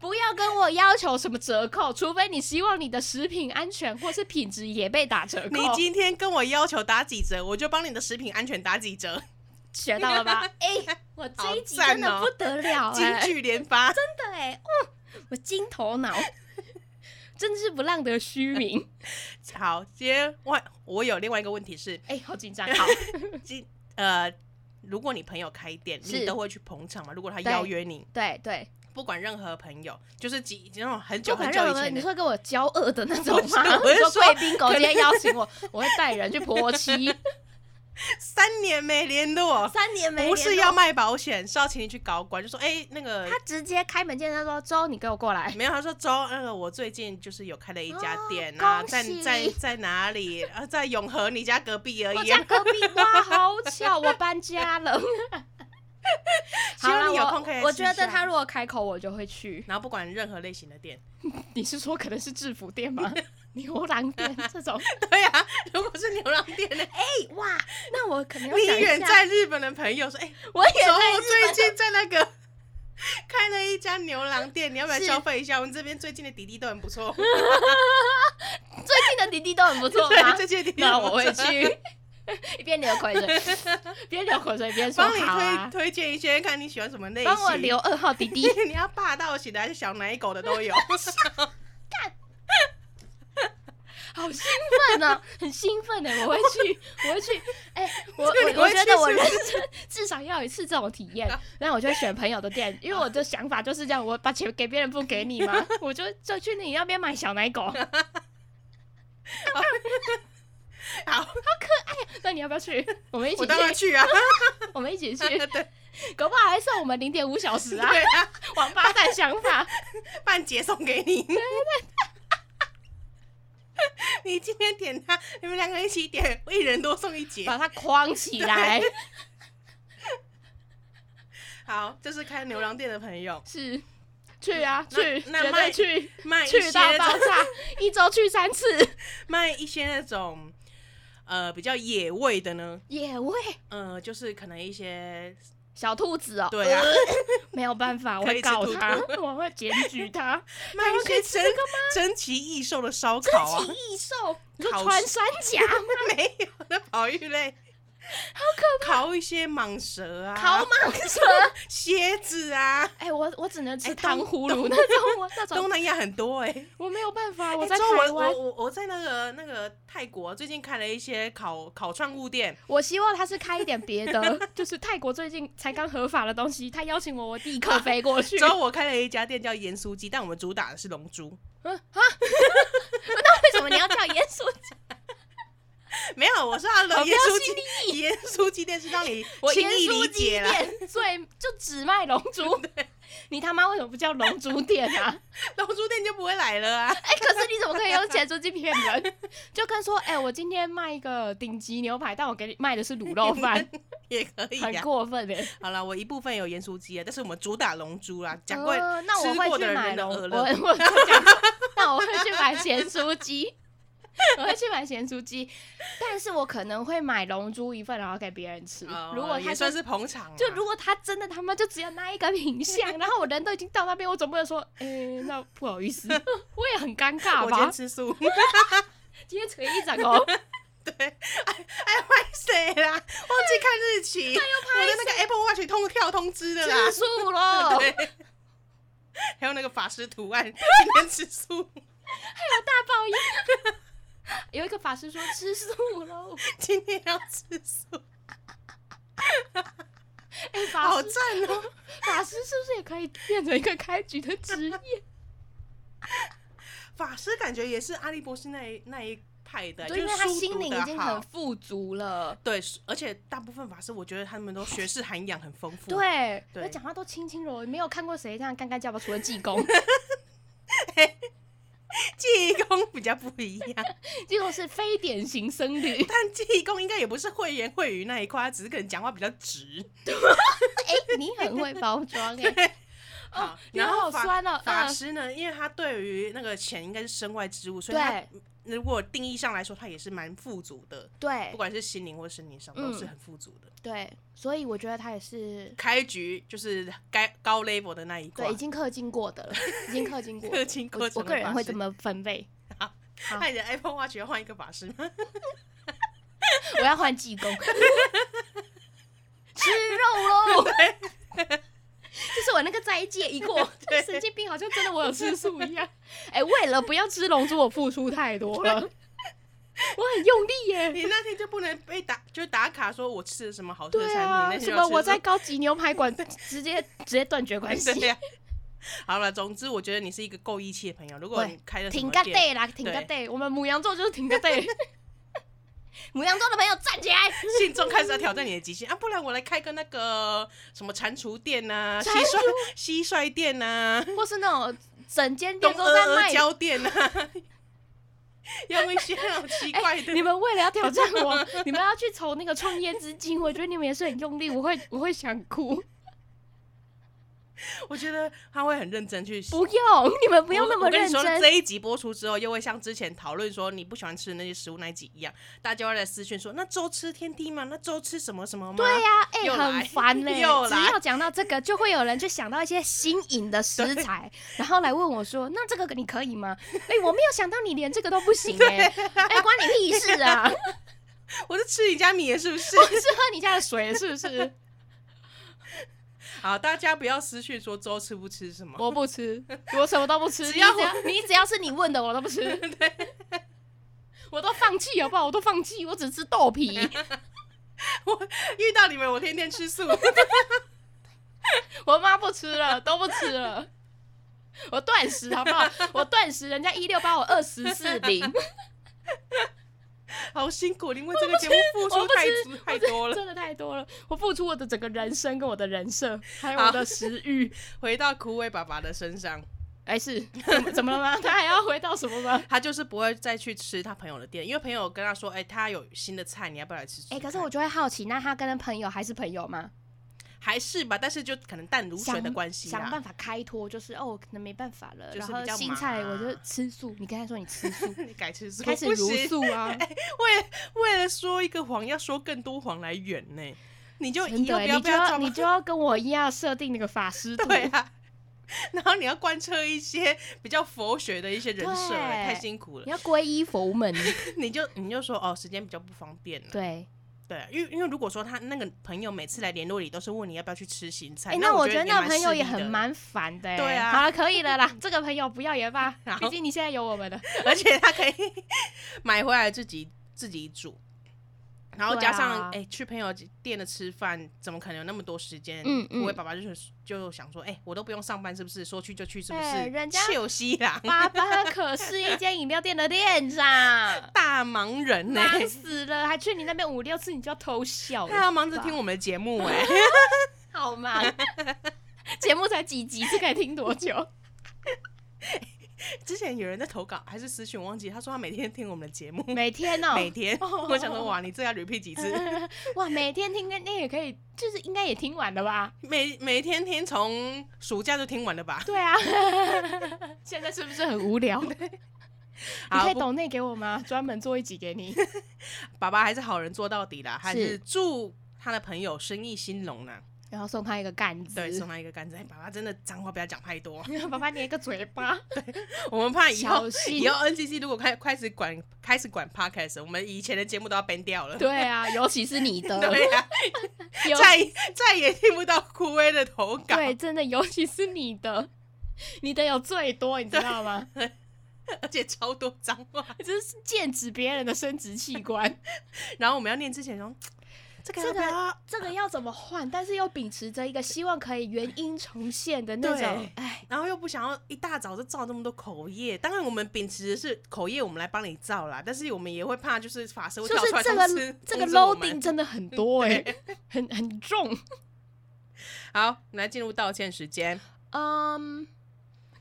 S2: 不要跟我要求什么折扣，除非你希望你的食品安全或是品质也被打呃折扣。
S1: 你今天跟我要求打几折，我就帮你的食品安全打几折，
S2: 学到了吧？哎、我这一集
S1: 好赞
S2: 真的
S1: [laughs] 哦
S2: 不得了、
S1: 金
S2: 哎，
S1: 句连发。
S2: 对，哦，我金头脑。真是不浪得虚名。
S1: 好，接外我有另外一个问题是，
S2: 哎、好 [laughs] 紧张，好，
S1: 今呃，如果你朋友开店，
S2: 是
S1: 你都会去捧场嘛？如果他
S2: 对
S1: 邀约你，
S2: 对对，
S1: 不管任何朋友，就是几那种很久
S2: 就
S1: 很
S2: 很
S1: 久
S2: 热
S1: 以
S2: 门。
S1: 前
S2: 你
S1: 的，
S2: 说跟我交恶的那种吗？
S1: 不是我是
S2: 你
S1: 说
S2: 贵宾
S1: [laughs]
S2: 狗
S1: 可
S2: 今天
S1: 能
S2: 邀请我，我会带人去婆
S1: [laughs]
S2: 媳，
S1: 三年没联络，
S2: 三年没
S1: 哦不是
S2: 联
S1: 要
S2: 络
S1: 卖保险，是要请你去搞关，就说哎、那个
S2: 他直接开门见山说：“周，你给我过
S1: [laughs]
S2: 来。”
S1: 没有，他说周那个我最近就是有开了一家店
S2: 哦
S1: 啊，
S2: 恭
S1: 在
S2: 喜
S1: 在在哪里？啊，在永和你家隔壁而
S2: 我
S1: 已
S2: 家
S1: 啊。
S2: 隔壁哇，好巧，我搬家了。
S1: [laughs] 希
S2: 好
S1: 望你有
S2: 了
S1: 空可以，来
S2: 我我
S1: 试
S2: 觉
S1: 一下
S2: 得他如果开口，我就会去。 [laughs]
S1: 然后不管任何类型的店， [laughs]
S2: 你是说可能是制服店吗？牛郎店这种？
S1: 对啊，如果是牛郎店呢？
S2: 哎哇，那哎我可能要想
S1: 你
S2: 一
S1: 远
S2: 下。
S1: 在日本的朋友说，哎、
S2: 我也
S1: 走，
S2: 在
S1: 我
S2: 日
S1: 最
S2: 本。
S1: 近在那个 [laughs] 开了一家牛郎店，你要不要
S2: 是
S1: 消费一下？我们这边最近的弟弟都很不
S2: [laughs]
S1: 错，
S2: 最近的弟弟都很不
S1: [laughs]
S2: 错吗
S1: 对，？最近的弟弟
S2: 啊那
S1: 很不
S2: 我会
S1: 错。
S2: 去。一边流口水，边流口水边说
S1: 帮你
S2: 好啊
S1: [laughs] 推。推荐一些，看你喜欢什么类型。
S2: 帮我留，二号弟弟，
S1: [laughs] 你要霸道型的还是小奶狗的都有。
S2: 好兴奋呢、很兴奋呢、我会去，我会去，哎、我
S1: 这个你
S2: 我我
S1: 会
S2: 觉
S1: 去
S2: 得我
S1: 是
S2: 人
S1: 不
S2: 生 [laughs] 至少要有一次这种体
S1: [laughs]
S2: 验，然后我就会选朋友的店，因为我的想法就是这样，我把钱给别人不
S1: [laughs]
S2: 给你嘛，我就就去你那边买小奶狗，
S1: 好，
S2: 那你要不要去？我们一起
S1: 我当然
S2: 去，
S1: 去啊，
S2: 我们一起去，
S1: 对
S2: 搞不好还送我们零点五
S1: [laughs]
S2: 小时啊！
S1: 对啊，
S2: 王八蛋想法，
S1: 半截送给你。 [laughs] 你今天点它，你们两个一起点，一人多送一节。
S2: 把它框起
S1: [laughs]
S2: 来，
S1: 好，这是开牛郎店的朋友
S2: 是去啊
S1: 那
S2: 去，
S1: 那
S2: 绝
S1: 卖
S2: 对去。
S1: 卖一
S2: 去
S1: 些
S2: 到
S1: 这
S2: 爆
S1: 种
S2: 炸，一周去三次，
S1: 卖一些那种呃比较野味的呢，
S2: 野味
S1: 呃，就是可能一些
S2: 小兔子哦，
S1: 对啊，
S2: 没有办法，我
S1: 可
S2: 会
S1: 以吃
S2: 告
S1: 兔
S2: 他， [laughs] 我会检举
S1: [laughs]
S2: 他。
S1: 卖一些珍珍奇异兽的烧
S2: 珍
S1: 烤啊
S2: 奇，异兽，你说
S1: 烤
S2: 穿
S1: 食
S2: 山甲、
S1: [laughs] 没有那保育类，好可怕，烤一些蟒蛇啊，[laughs]
S2: 烤蟒蛇，
S1: 蝎子啊，
S2: 哎，我我只能吃
S1: 哎
S2: 糖
S1: 东
S2: 葫芦那种，我 [laughs] 那
S1: 东
S2: 种
S1: 南亚很多哎、欸。
S2: 我没有办法，
S1: 我
S2: 我在台湾
S1: 我，我我在那个那个泰国最近看了一些烤烤串物店，
S2: 我希望他是开一点别的，
S1: [laughs]
S2: 就是泰国最近才刚合法的东西，他邀请我，我立刻飞过去。
S1: 之后我开了一家店叫盐酥鸡，但我们主打的是龙珠。
S2: 那为什么你要叫盐 [laughs] 酥鸡？
S1: 没有，我
S2: [laughs]
S1: 说它
S2: 好
S1: 的
S2: 不
S1: 盐
S2: 要
S1: 酥鸡，盐酥鸡店是让你
S2: [laughs] 我
S1: 轻
S2: 盐
S1: 易
S2: 酥
S1: 理
S2: 鸡
S1: 解啦。
S2: 店最就只卖龙
S1: [laughs]
S2: 珠，你他妈为什么不叫龙珠店啊？
S1: 龙珠店就不会来了啊！
S2: 哎、可是你怎么可以用钱出去骗人？ [laughs] 就跟说，哎、我今天卖一个顶级牛排，但我给你卖的是卤肉 [laughs] 饭，
S1: 也可以
S2: 很
S1: 呀、
S2: 过分哎、
S1: 好了，我一部分有盐酥鸡啊，但是我们主打龙珠啦。讲过，
S2: 呃那我
S1: 吃
S2: 会
S1: 过的
S2: 去
S1: 人
S2: 买
S1: 的
S2: 龙，
S1: 饿
S2: 我
S1: 了
S2: 我就 [laughs] 讲说，那我会去买咸酥鸡。我会去买咸酥鸡，但是我可能会买龙珠一份，然后给别人吃。
S1: 呃
S2: 如果他
S1: 也
S2: 就
S1: 算是捧场啊，
S2: 就如果他真的他妈就只有那一个品相，然后我人都已经到那边，我总不能说，哎、那不好意思， [laughs] 我也很尴尬
S1: 我今
S2: 吧
S1: 天？吃素， [laughs]
S2: 今天捶一整哦，
S1: 哎，坏谁啦？忘记看日期，我的那个 Apple Watch 通跳通知的啦
S2: 吃，素喽。
S1: 对， [laughs] 还有那个法师图案，今天吃素， [laughs]
S2: 大爆音。 [laughs] 有一个法师说吃素 [laughs] 喽，
S1: 今天要吃素，
S2: 哎、法
S1: 好
S2: 师
S1: 赞哦！
S2: 法师是不是也可以变成一个开局的职业？
S1: 法师感觉也是阿笠博士那一那一派的，
S2: [laughs] 对，因
S1: 就
S2: 为
S1: 是
S2: 他
S1: 书
S2: 心
S1: 读
S2: 灵
S1: 得
S2: 已经
S1: 好
S2: 很富足了。
S1: 对，而且大部分法师，我觉得他们都学识涵养很丰富。，
S2: 对，
S1: 对
S2: 我讲话都轻轻柔，柔，没有看过谁这样干干叫吧，除了济 [laughs] 公，
S1: 济公比较不一样，
S2: 济公是非典型僧侣。
S1: 但济公应该也不是慧言慧语那一块，他只是可能讲话比较直。
S2: [laughs] 哎、你很会包装哎、
S1: 好，
S2: 你
S1: 然
S2: 好
S1: 后法
S2: 酸哦、
S1: 法
S2: 嗯
S1: 师呢，因为他对于那个钱应该是身外之物，所以他
S2: 对
S1: 如果定义上来说，他也是蛮富足的，不
S2: [laughs] 对
S1: 管是心灵或身体上都
S2: 嗯
S1: 是很富足的。
S2: 对，所以我觉得他也是
S1: 开局就是该高 level 的那一块
S2: 对，已，经氪金过的了，已经氪金过的
S1: [laughs] 氪
S2: 了。
S1: 金
S2: 我
S1: 过
S2: 我个人会这。么分类，好
S1: 那你的 Apple Watch 要换一个法师
S2: [laughs]
S1: 吗？
S2: 我要换济公， [laughs] 吃肉喽！就是我那个在下一届一 [laughs] 过，这神经病好像真的我有吃素一样。 [laughs] 哎、为了不要吃龙珠，我付出太多了，我很用力耶。
S1: 你那天就不能被打，就打卡说我吃了什么好吃的
S2: [laughs] 对
S1: 餐品，
S2: 啊，
S1: 那
S2: 什
S1: 天
S2: 么
S1: 要吃
S2: 我在高级牛排馆 [laughs] 直接直接断绝关 [laughs] 系，
S1: 对呀、好了，总之我觉得你是一个够义气的朋友。如果
S2: 对
S1: 你开了什
S2: 挺
S1: 么
S2: 个
S1: 店，
S2: 对啦，挺个
S1: 对
S2: 对，我们母羊座就是挺个 [laughs] 对。母羊座的朋友站起来，
S1: 信众开始要挑战你的极限啊！不然我来开个那个什么蟾蜍店呐、蟋
S2: 蟾
S1: 蟀蟋蟀店呐、
S2: 或是那种整间
S1: 东阿
S2: 店都在
S1: 阿
S2: 卖
S1: 胶店呐、 [laughs] 用一些很奇怪的。
S2: 哎 [laughs] 你们为了要挑战我， [laughs] 你们要去筹那个创业资金，我觉得你们也是很用力，我会我会想哭。
S1: 我觉得他会很认真去。
S2: 不用，你们不用
S1: 我
S2: 那么
S1: 我跟
S2: 认
S1: 你说，
S2: 真。
S1: 这一集播出之后，又会像之前讨论说你不喜欢吃的那些食物那一集一样，大家会来私讯说：“那周吃天梯吗？那周吃什么什么吗？”
S2: 对呀、哎、
S1: 又来
S2: 很烦
S1: [laughs]
S2: 嘞、
S1: 又
S2: 只
S1: 来
S2: 要讲到这个，就会有人就想到一些新颖的食材，然后来问我说：“那这个你可以吗？” [laughs] 哎、我没有想到你连这个都不行哎、 [laughs] 哎、关你屁事
S1: [laughs]
S2: 啊！
S1: 我是吃你家米的，是不是？ [laughs]
S2: 是喝你家的水是不是？
S1: 好，大家不要私讯说粥吃不吃什么。
S2: 我不吃，我什么都不吃。
S1: 只要
S2: 你
S1: 我
S2: 你只要是你问的，我都不
S1: [laughs]
S2: 吃。我都放弃好不好？我都放弃，我只吃豆皮。
S1: [laughs] 我遇到你们，我天天吃素。
S2: 我妈不吃了，都不吃了。我断食好不好？我断食，人家一六八，我二十四零，
S1: 好辛苦，因为这个节目付
S2: 我
S1: 出
S2: 不
S1: 太
S2: 吃，
S1: 太多
S2: 我
S1: 了。
S2: 真的太多了。我付出我的整个人生跟我的人设，还有我的食欲。
S1: 回到枯萎爸爸的身上，
S2: [laughs] 哎、是怎 [laughs] 么怎么了吗？他还要回到什么吗？
S1: 他就是不会再去吃他朋友的店，因为朋友跟他说：“哎、他有新的菜，你要不要来吃吃看？”
S2: 哎、可是我就会好奇，那他跟朋友还是朋友吗？
S1: 还是吧，但是就可能淡如水
S2: 想
S1: 的关系
S2: 想
S1: 啦。
S2: 办法开脱，就是哦，可能没办法了。
S1: 就是
S2: 然
S1: 比
S2: 后
S1: 较
S2: 新
S1: 忙
S2: 菜
S1: 啊，
S2: 我就吃素，你跟他说你吃 [laughs] 素
S1: [laughs] 你改吃素
S2: 开始
S1: 不
S2: 茹
S1: 行，
S2: 素啊。
S1: 为为了说一个谎，要说更多谎来圆呢、你就
S2: 真
S1: 以
S2: 的
S1: 后
S2: [laughs] 欸，
S1: 不要不
S2: 你就
S1: 要
S2: 要
S1: 装
S2: 你就要跟我一样设定那个法师图，
S1: 对啊， [laughs] 然后你要贯彻一些比较佛学的一些人设，
S2: 对
S1: 太辛苦了
S2: 你。要皈依佛 [laughs] 门。
S1: 你就你就说哦，时间比较不方便了。
S2: 对，
S1: 对，啊因为因为如果说他那个朋友每次来联络你，都是问你要不要去吃新菜，
S2: 哎、
S1: 那
S2: 那
S1: 我
S2: 觉得
S1: 也
S2: 那
S1: 蛮
S2: 个朋友
S1: 势利
S2: 也很
S1: 的。
S2: 蛮烦的欸。
S1: 对啊
S2: 好了，可以了 [laughs] 啦，这个朋友不要也罢
S1: 好，
S2: 毕竟你现在有我们了。
S1: 而且他可以 [laughs] 买回来自己自己煮，然后
S2: 对
S1: 加上哎、
S2: 啊
S1: 诶去朋友店的吃饭，怎么可能有那么多时间？
S2: 嗯嗯
S1: 我爸爸就是就想说，哎、我都不用上班，是不是？说去就去，是不
S2: 哎
S1: 是？[laughs]
S2: 人家
S1: 秀西郎，
S2: 爸爸可是一间饮料店的店 [laughs] 长
S1: 大忙人呢、
S2: 忙死了，还去你那边五六次，你就要偷笑了。
S1: 他要忙着听我们的节目
S2: [laughs]
S1: 哎、
S2: 好忙。 [laughs] 节目才几集，这可以听多久？
S1: 之前有人在投稿还是私讯，我忘记他说他每天听我们的节目，
S2: [laughs] 每天哦、
S1: 每天。
S2: 哦
S1: 我想说哇，你这要 repeat 几次？
S2: [laughs] 哇，每天听那那也可以，就是应该也听完了吧？
S1: 每每天听从暑假就听完了吧？
S2: 对啊， [laughs] 现在是不是很无 [laughs] 聊？你可
S1: 好
S2: 以，抖内给我吗？专门做一集给你。
S1: 爸爸还是好人做到底啦，还是
S2: 是
S1: 祝他的朋友生意兴隆啦。
S2: 然后送他一个杆子，
S1: 对，送他一个杆子。哎爸爸真的脏话不要讲太多，
S2: [laughs]
S1: [laughs]
S2: 爸爸捏一个嘴 [laughs] 巴，
S1: 我们怕以后
S2: 小心
S1: 以。后 NCC 如果开开始管开始管 podcast，我们以前的节目都要 ban 掉了。
S2: 对啊，尤其是你
S1: [laughs]
S2: 的，
S1: 对 [laughs] 呀、
S2: 尤
S1: 再再也听不到枯萎的投稿。
S2: 对，真的，尤其是你的，你的有最多，你知道吗？
S1: [laughs] 而且超多脏话。
S2: 这是剑指别人的生殖器官，啊
S1: 然后我们要念之前说，这个要
S2: [laughs]
S1: 啊
S2: 这
S1: 不要
S2: 个这个要怎么换？但是又秉持着一个希望可以原因重现的那种
S1: 对，
S2: 哎，
S1: 然后又不想要一大早就造那么多口业，当然我们秉持的是口业，我们来帮你造啦，但是我们也会怕就是法师会
S2: 就
S1: 跳
S2: 是
S1: 出来
S2: 这
S1: 通知
S2: 个这个
S1: 通知我
S2: loading
S1: 们。
S2: 真的很 [laughs] 多哎、很很重。
S1: 好，我们来进入道歉时间。
S2: 嗯，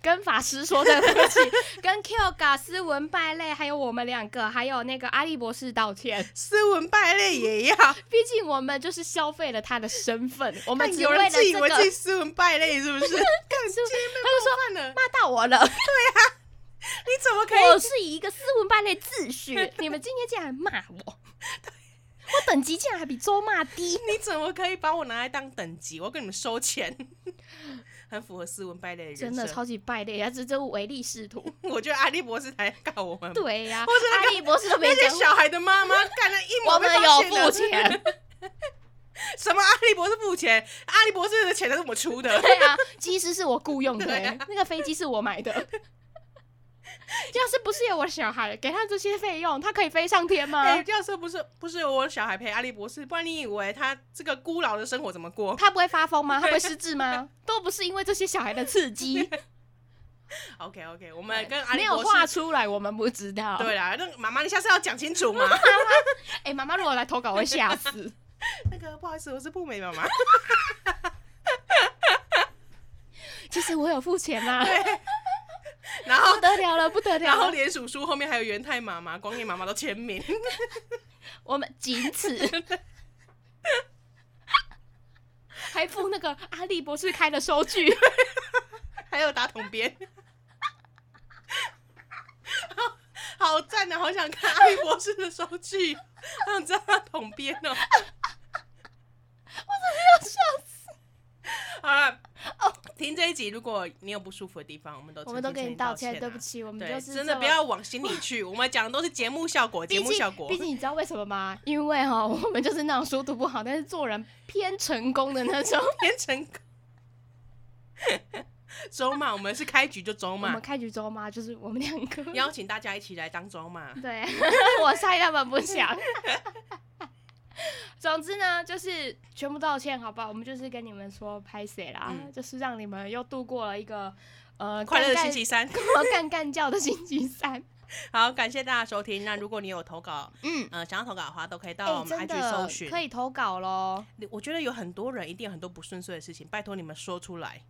S2: 跟法师说声对不 [laughs] 起，跟 Q 嘎斯文败类，还有我们两个，还有那个阿力博士道歉。
S1: 斯文败类也要，
S2: 毕竟我们就是消费了他的身份，我们
S1: 但
S2: 只
S1: 有
S2: 为了
S1: 人自
S2: 这
S1: 以为
S2: 个
S1: 自己斯文败类
S2: [laughs]
S1: 是不是？干
S2: 是
S1: 今天被冒犯
S2: [laughs]
S1: 了，
S2: 骂到我了。
S1: 你怎么可
S2: 我
S1: 以？
S2: 是以一个斯文败类自诩，你们今天竟然骂我，
S1: [laughs]
S2: 我等级竟然还比周骂低。
S1: 你怎么可以把我拿来当等级？我要跟你们收钱，很符合斯文败类的人
S2: 真的
S1: 设
S2: 超级败类，他只是唯利
S1: [laughs]
S2: 是图。
S1: 我觉得阿力博士才告我们吧
S2: 对呀、
S1: 或者那
S2: 阿力博士都没
S1: 那
S2: 讲
S1: 些，小孩的妈妈干了一模
S2: 我
S1: 被
S2: [laughs] 们
S1: 发
S2: 有
S1: 现
S2: 付
S1: 的
S2: 钱，
S1: 什么阿笠博士付钱？阿笠博士的钱都是我们出的，
S2: [laughs] 对啊，机师是我雇佣的、
S1: 对
S2: 欸，
S1: 啊
S2: 那个飞机是我
S1: [laughs]
S2: 买的。要是不是有我小孩，给他这些费用，他可以飞上天吗？
S1: 哎、要是不是不是我小孩陪阿笠博士，不然你以为他这个孤老的生活怎么过？
S2: 他不会发疯吗？他不会失智吗？都不是因为这些小孩的刺
S1: [laughs]
S2: 激，
S1: OK OK，我们跟阿
S2: 没
S1: 笠
S2: 有
S1: 博
S2: 画
S1: 士。
S2: 出来，我们不知道。
S1: 对啦，那妈妈，你下次要讲清楚嘛。
S2: 哎、妈妈如果来投稿，我会
S1: [laughs]
S2: 吓死。
S1: 那个不好意思，我是不美妈妈。
S2: 其实我有付钱啦、
S1: 然后
S2: 不，得了了，不得
S1: 然后
S2: 了了，
S1: 连叔叔后面还有元太妈妈、光彦妈妈都签名。
S2: 我们
S1: [laughs]
S2: 仅此。还付那个阿笠博士开的收据，
S1: 还有打桶边。好好赞啊！好想看阿笠博士的手剧，好想知道他桶边哦。我真的要笑死！ [laughs] 好了，听这一集，如果你有不舒服的地方， [laughs] 我们都
S2: 哦我们都给
S1: 诚
S2: 你
S1: 心
S2: 道
S1: 歉、
S2: 歉，
S1: 啊，
S2: 对不。起，我们就
S1: 对，
S2: 是
S1: 真的
S2: 这
S1: 不要往心里去。我们讲的都是节目效果，节
S2: 毕
S1: 目
S2: 竟
S1: 效果 [laughs]
S2: 毕。竟你知道为什么吗？因为哈、我们就是那种书读不好，但是做人偏成功的那
S1: [laughs]
S2: 种。
S1: 变成功周嘛，我们是开局就周
S2: 我们
S1: 嘛，
S2: 开局周妈就是我们两
S1: [laughs]
S2: 个。
S1: 邀请大家一起来当周嘛。
S2: 对，我猜他们
S1: [laughs]
S2: 不想。总之呢，就是全部道歉，好不好？我们就是跟你们说拍谁啦，
S1: 嗯
S2: 就是让你们又度过了一个呃
S1: 快乐的
S2: 干
S1: 星期三。
S2: [laughs] 干干干叫的星期三。
S1: 好，感谢大家收听。那如果你有投稿，
S2: 嗯，
S1: 呃，想要投稿的话，都可以
S2: 哎、
S1: 到我们
S2: 真
S1: IG 搜
S2: 的
S1: 寻。
S2: 可以投稿喽，
S1: 我觉得有很多人一定有很多不顺遂的事情，拜托你们说出来，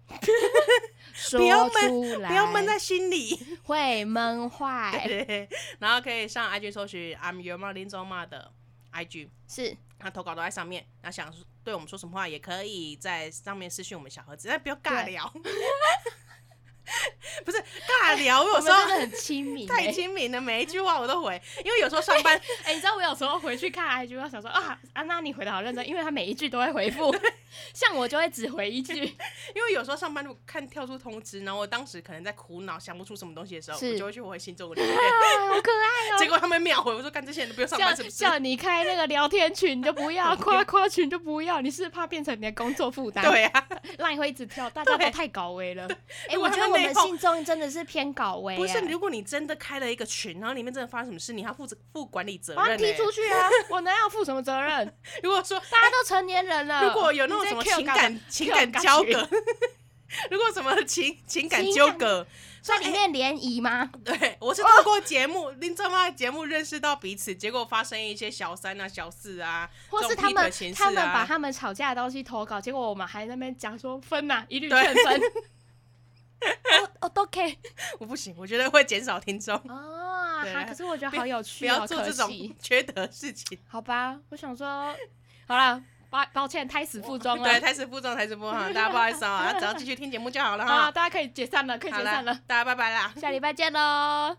S2: 说
S1: 要闷
S2: 出来，
S1: 不要闷在心
S2: [laughs]
S1: 里。
S2: 会闷坏。
S1: 对， [laughs] 然后可以上 IG 搜寻 I'm Your Mom 林中妈的 IG，
S2: 是，
S1: 他投稿都在上面。那想对我们说什么话，也可以在上面私讯我们小盒子，但不要尬
S2: 对
S1: 聊。 [laughs] 不是尬
S2: [laughs]
S1: 聊，我
S2: 我
S1: 有
S2: 们
S1: 时候
S2: 真的很亲民、
S1: 太
S2: 欸。
S1: 亲民了，每一句话我都回，因为有时候上班
S2: 哎、你知道我有时候回去看 IG，我想说啊，安娜你回的好认真，因为她每一句都会回
S1: [laughs]
S2: 复，像我就会只回一句。啊
S1: 因为有时候上班如果看跳出通知，然后我当时可能在苦恼想不出什么东西的时候，
S2: 是
S1: 我就会去回信
S2: [laughs]
S1: 中文里面，
S2: 啊，好可爱哦、
S1: 结果他们秒回，我说干这些人都不用上班是
S2: 叫
S1: 不是？
S2: 叫你开那个聊天群你就
S1: [laughs]
S2: 不要，
S1: 对
S2: 夸夸群就不要，你是怕变成你的工作负担？，
S1: 对啊，
S2: 让你会一直跳，大家
S1: 对
S2: 都太搞危了。哎、
S1: 如
S2: 我
S1: 果
S2: 觉
S1: 他
S2: 得
S1: 们
S2: 我
S1: 内
S2: 们
S1: 讧
S2: 信中真的是偏搞危、
S1: 不是，
S2: 哎
S1: 如果你真的开了一个群，然后里面真的发生什么事，你还要负责负管理责
S2: 把他
S1: 任、
S2: 踢
S1: 欸。
S2: 出去
S1: [laughs]
S2: 啊！我哪有负什么责任？
S1: 如果说
S2: 大家都成年人了，
S1: 如果有那种
S2: 呃你
S1: 什么
S2: 在 Q
S1: 情
S2: 干
S1: 感
S2: 嘛
S1: 情
S2: Q
S1: 感
S2: 干
S1: 交
S2: 群
S1: 割， [laughs] 如果什么情情感
S2: 情
S1: 纠
S2: 感哦
S1: 葛，
S2: 在
S1: 哎
S2: 里面联谊吗？
S1: 对我是透过节目林正妈的节目认识到彼此，结果发生一些小三啊、小四啊，
S2: 或
S1: 这
S2: 是
S1: 种
S2: 他
S1: 劈腿
S2: 们
S1: 情事
S2: 他们
S1: 啊
S2: 把他们吵架的东西投稿，结果我们还在那边讲说分呐、一律
S1: 对
S2: 劝分。哦哦，都 OK
S1: 我不行，我觉得会减少听众。[laughs]
S2: 啊，
S1: 对
S2: 哈可是我觉得好有趣、
S1: 不
S2: 哦，
S1: 要做这
S2: 可惜
S1: 种 [laughs] 缺德的事情。
S2: 好吧，我想说，好了，抱抱歉，胎死腹中了
S1: 对，。台词不中，台词不好，大家不好意思哦啊，只要继续听节目就好了
S2: 好啦，
S1: 哈。
S2: 大家可以解散了，可以
S1: 好
S2: 解散
S1: 了
S2: 了，，
S1: 大家拜拜啦。
S2: 下礼拜见喽。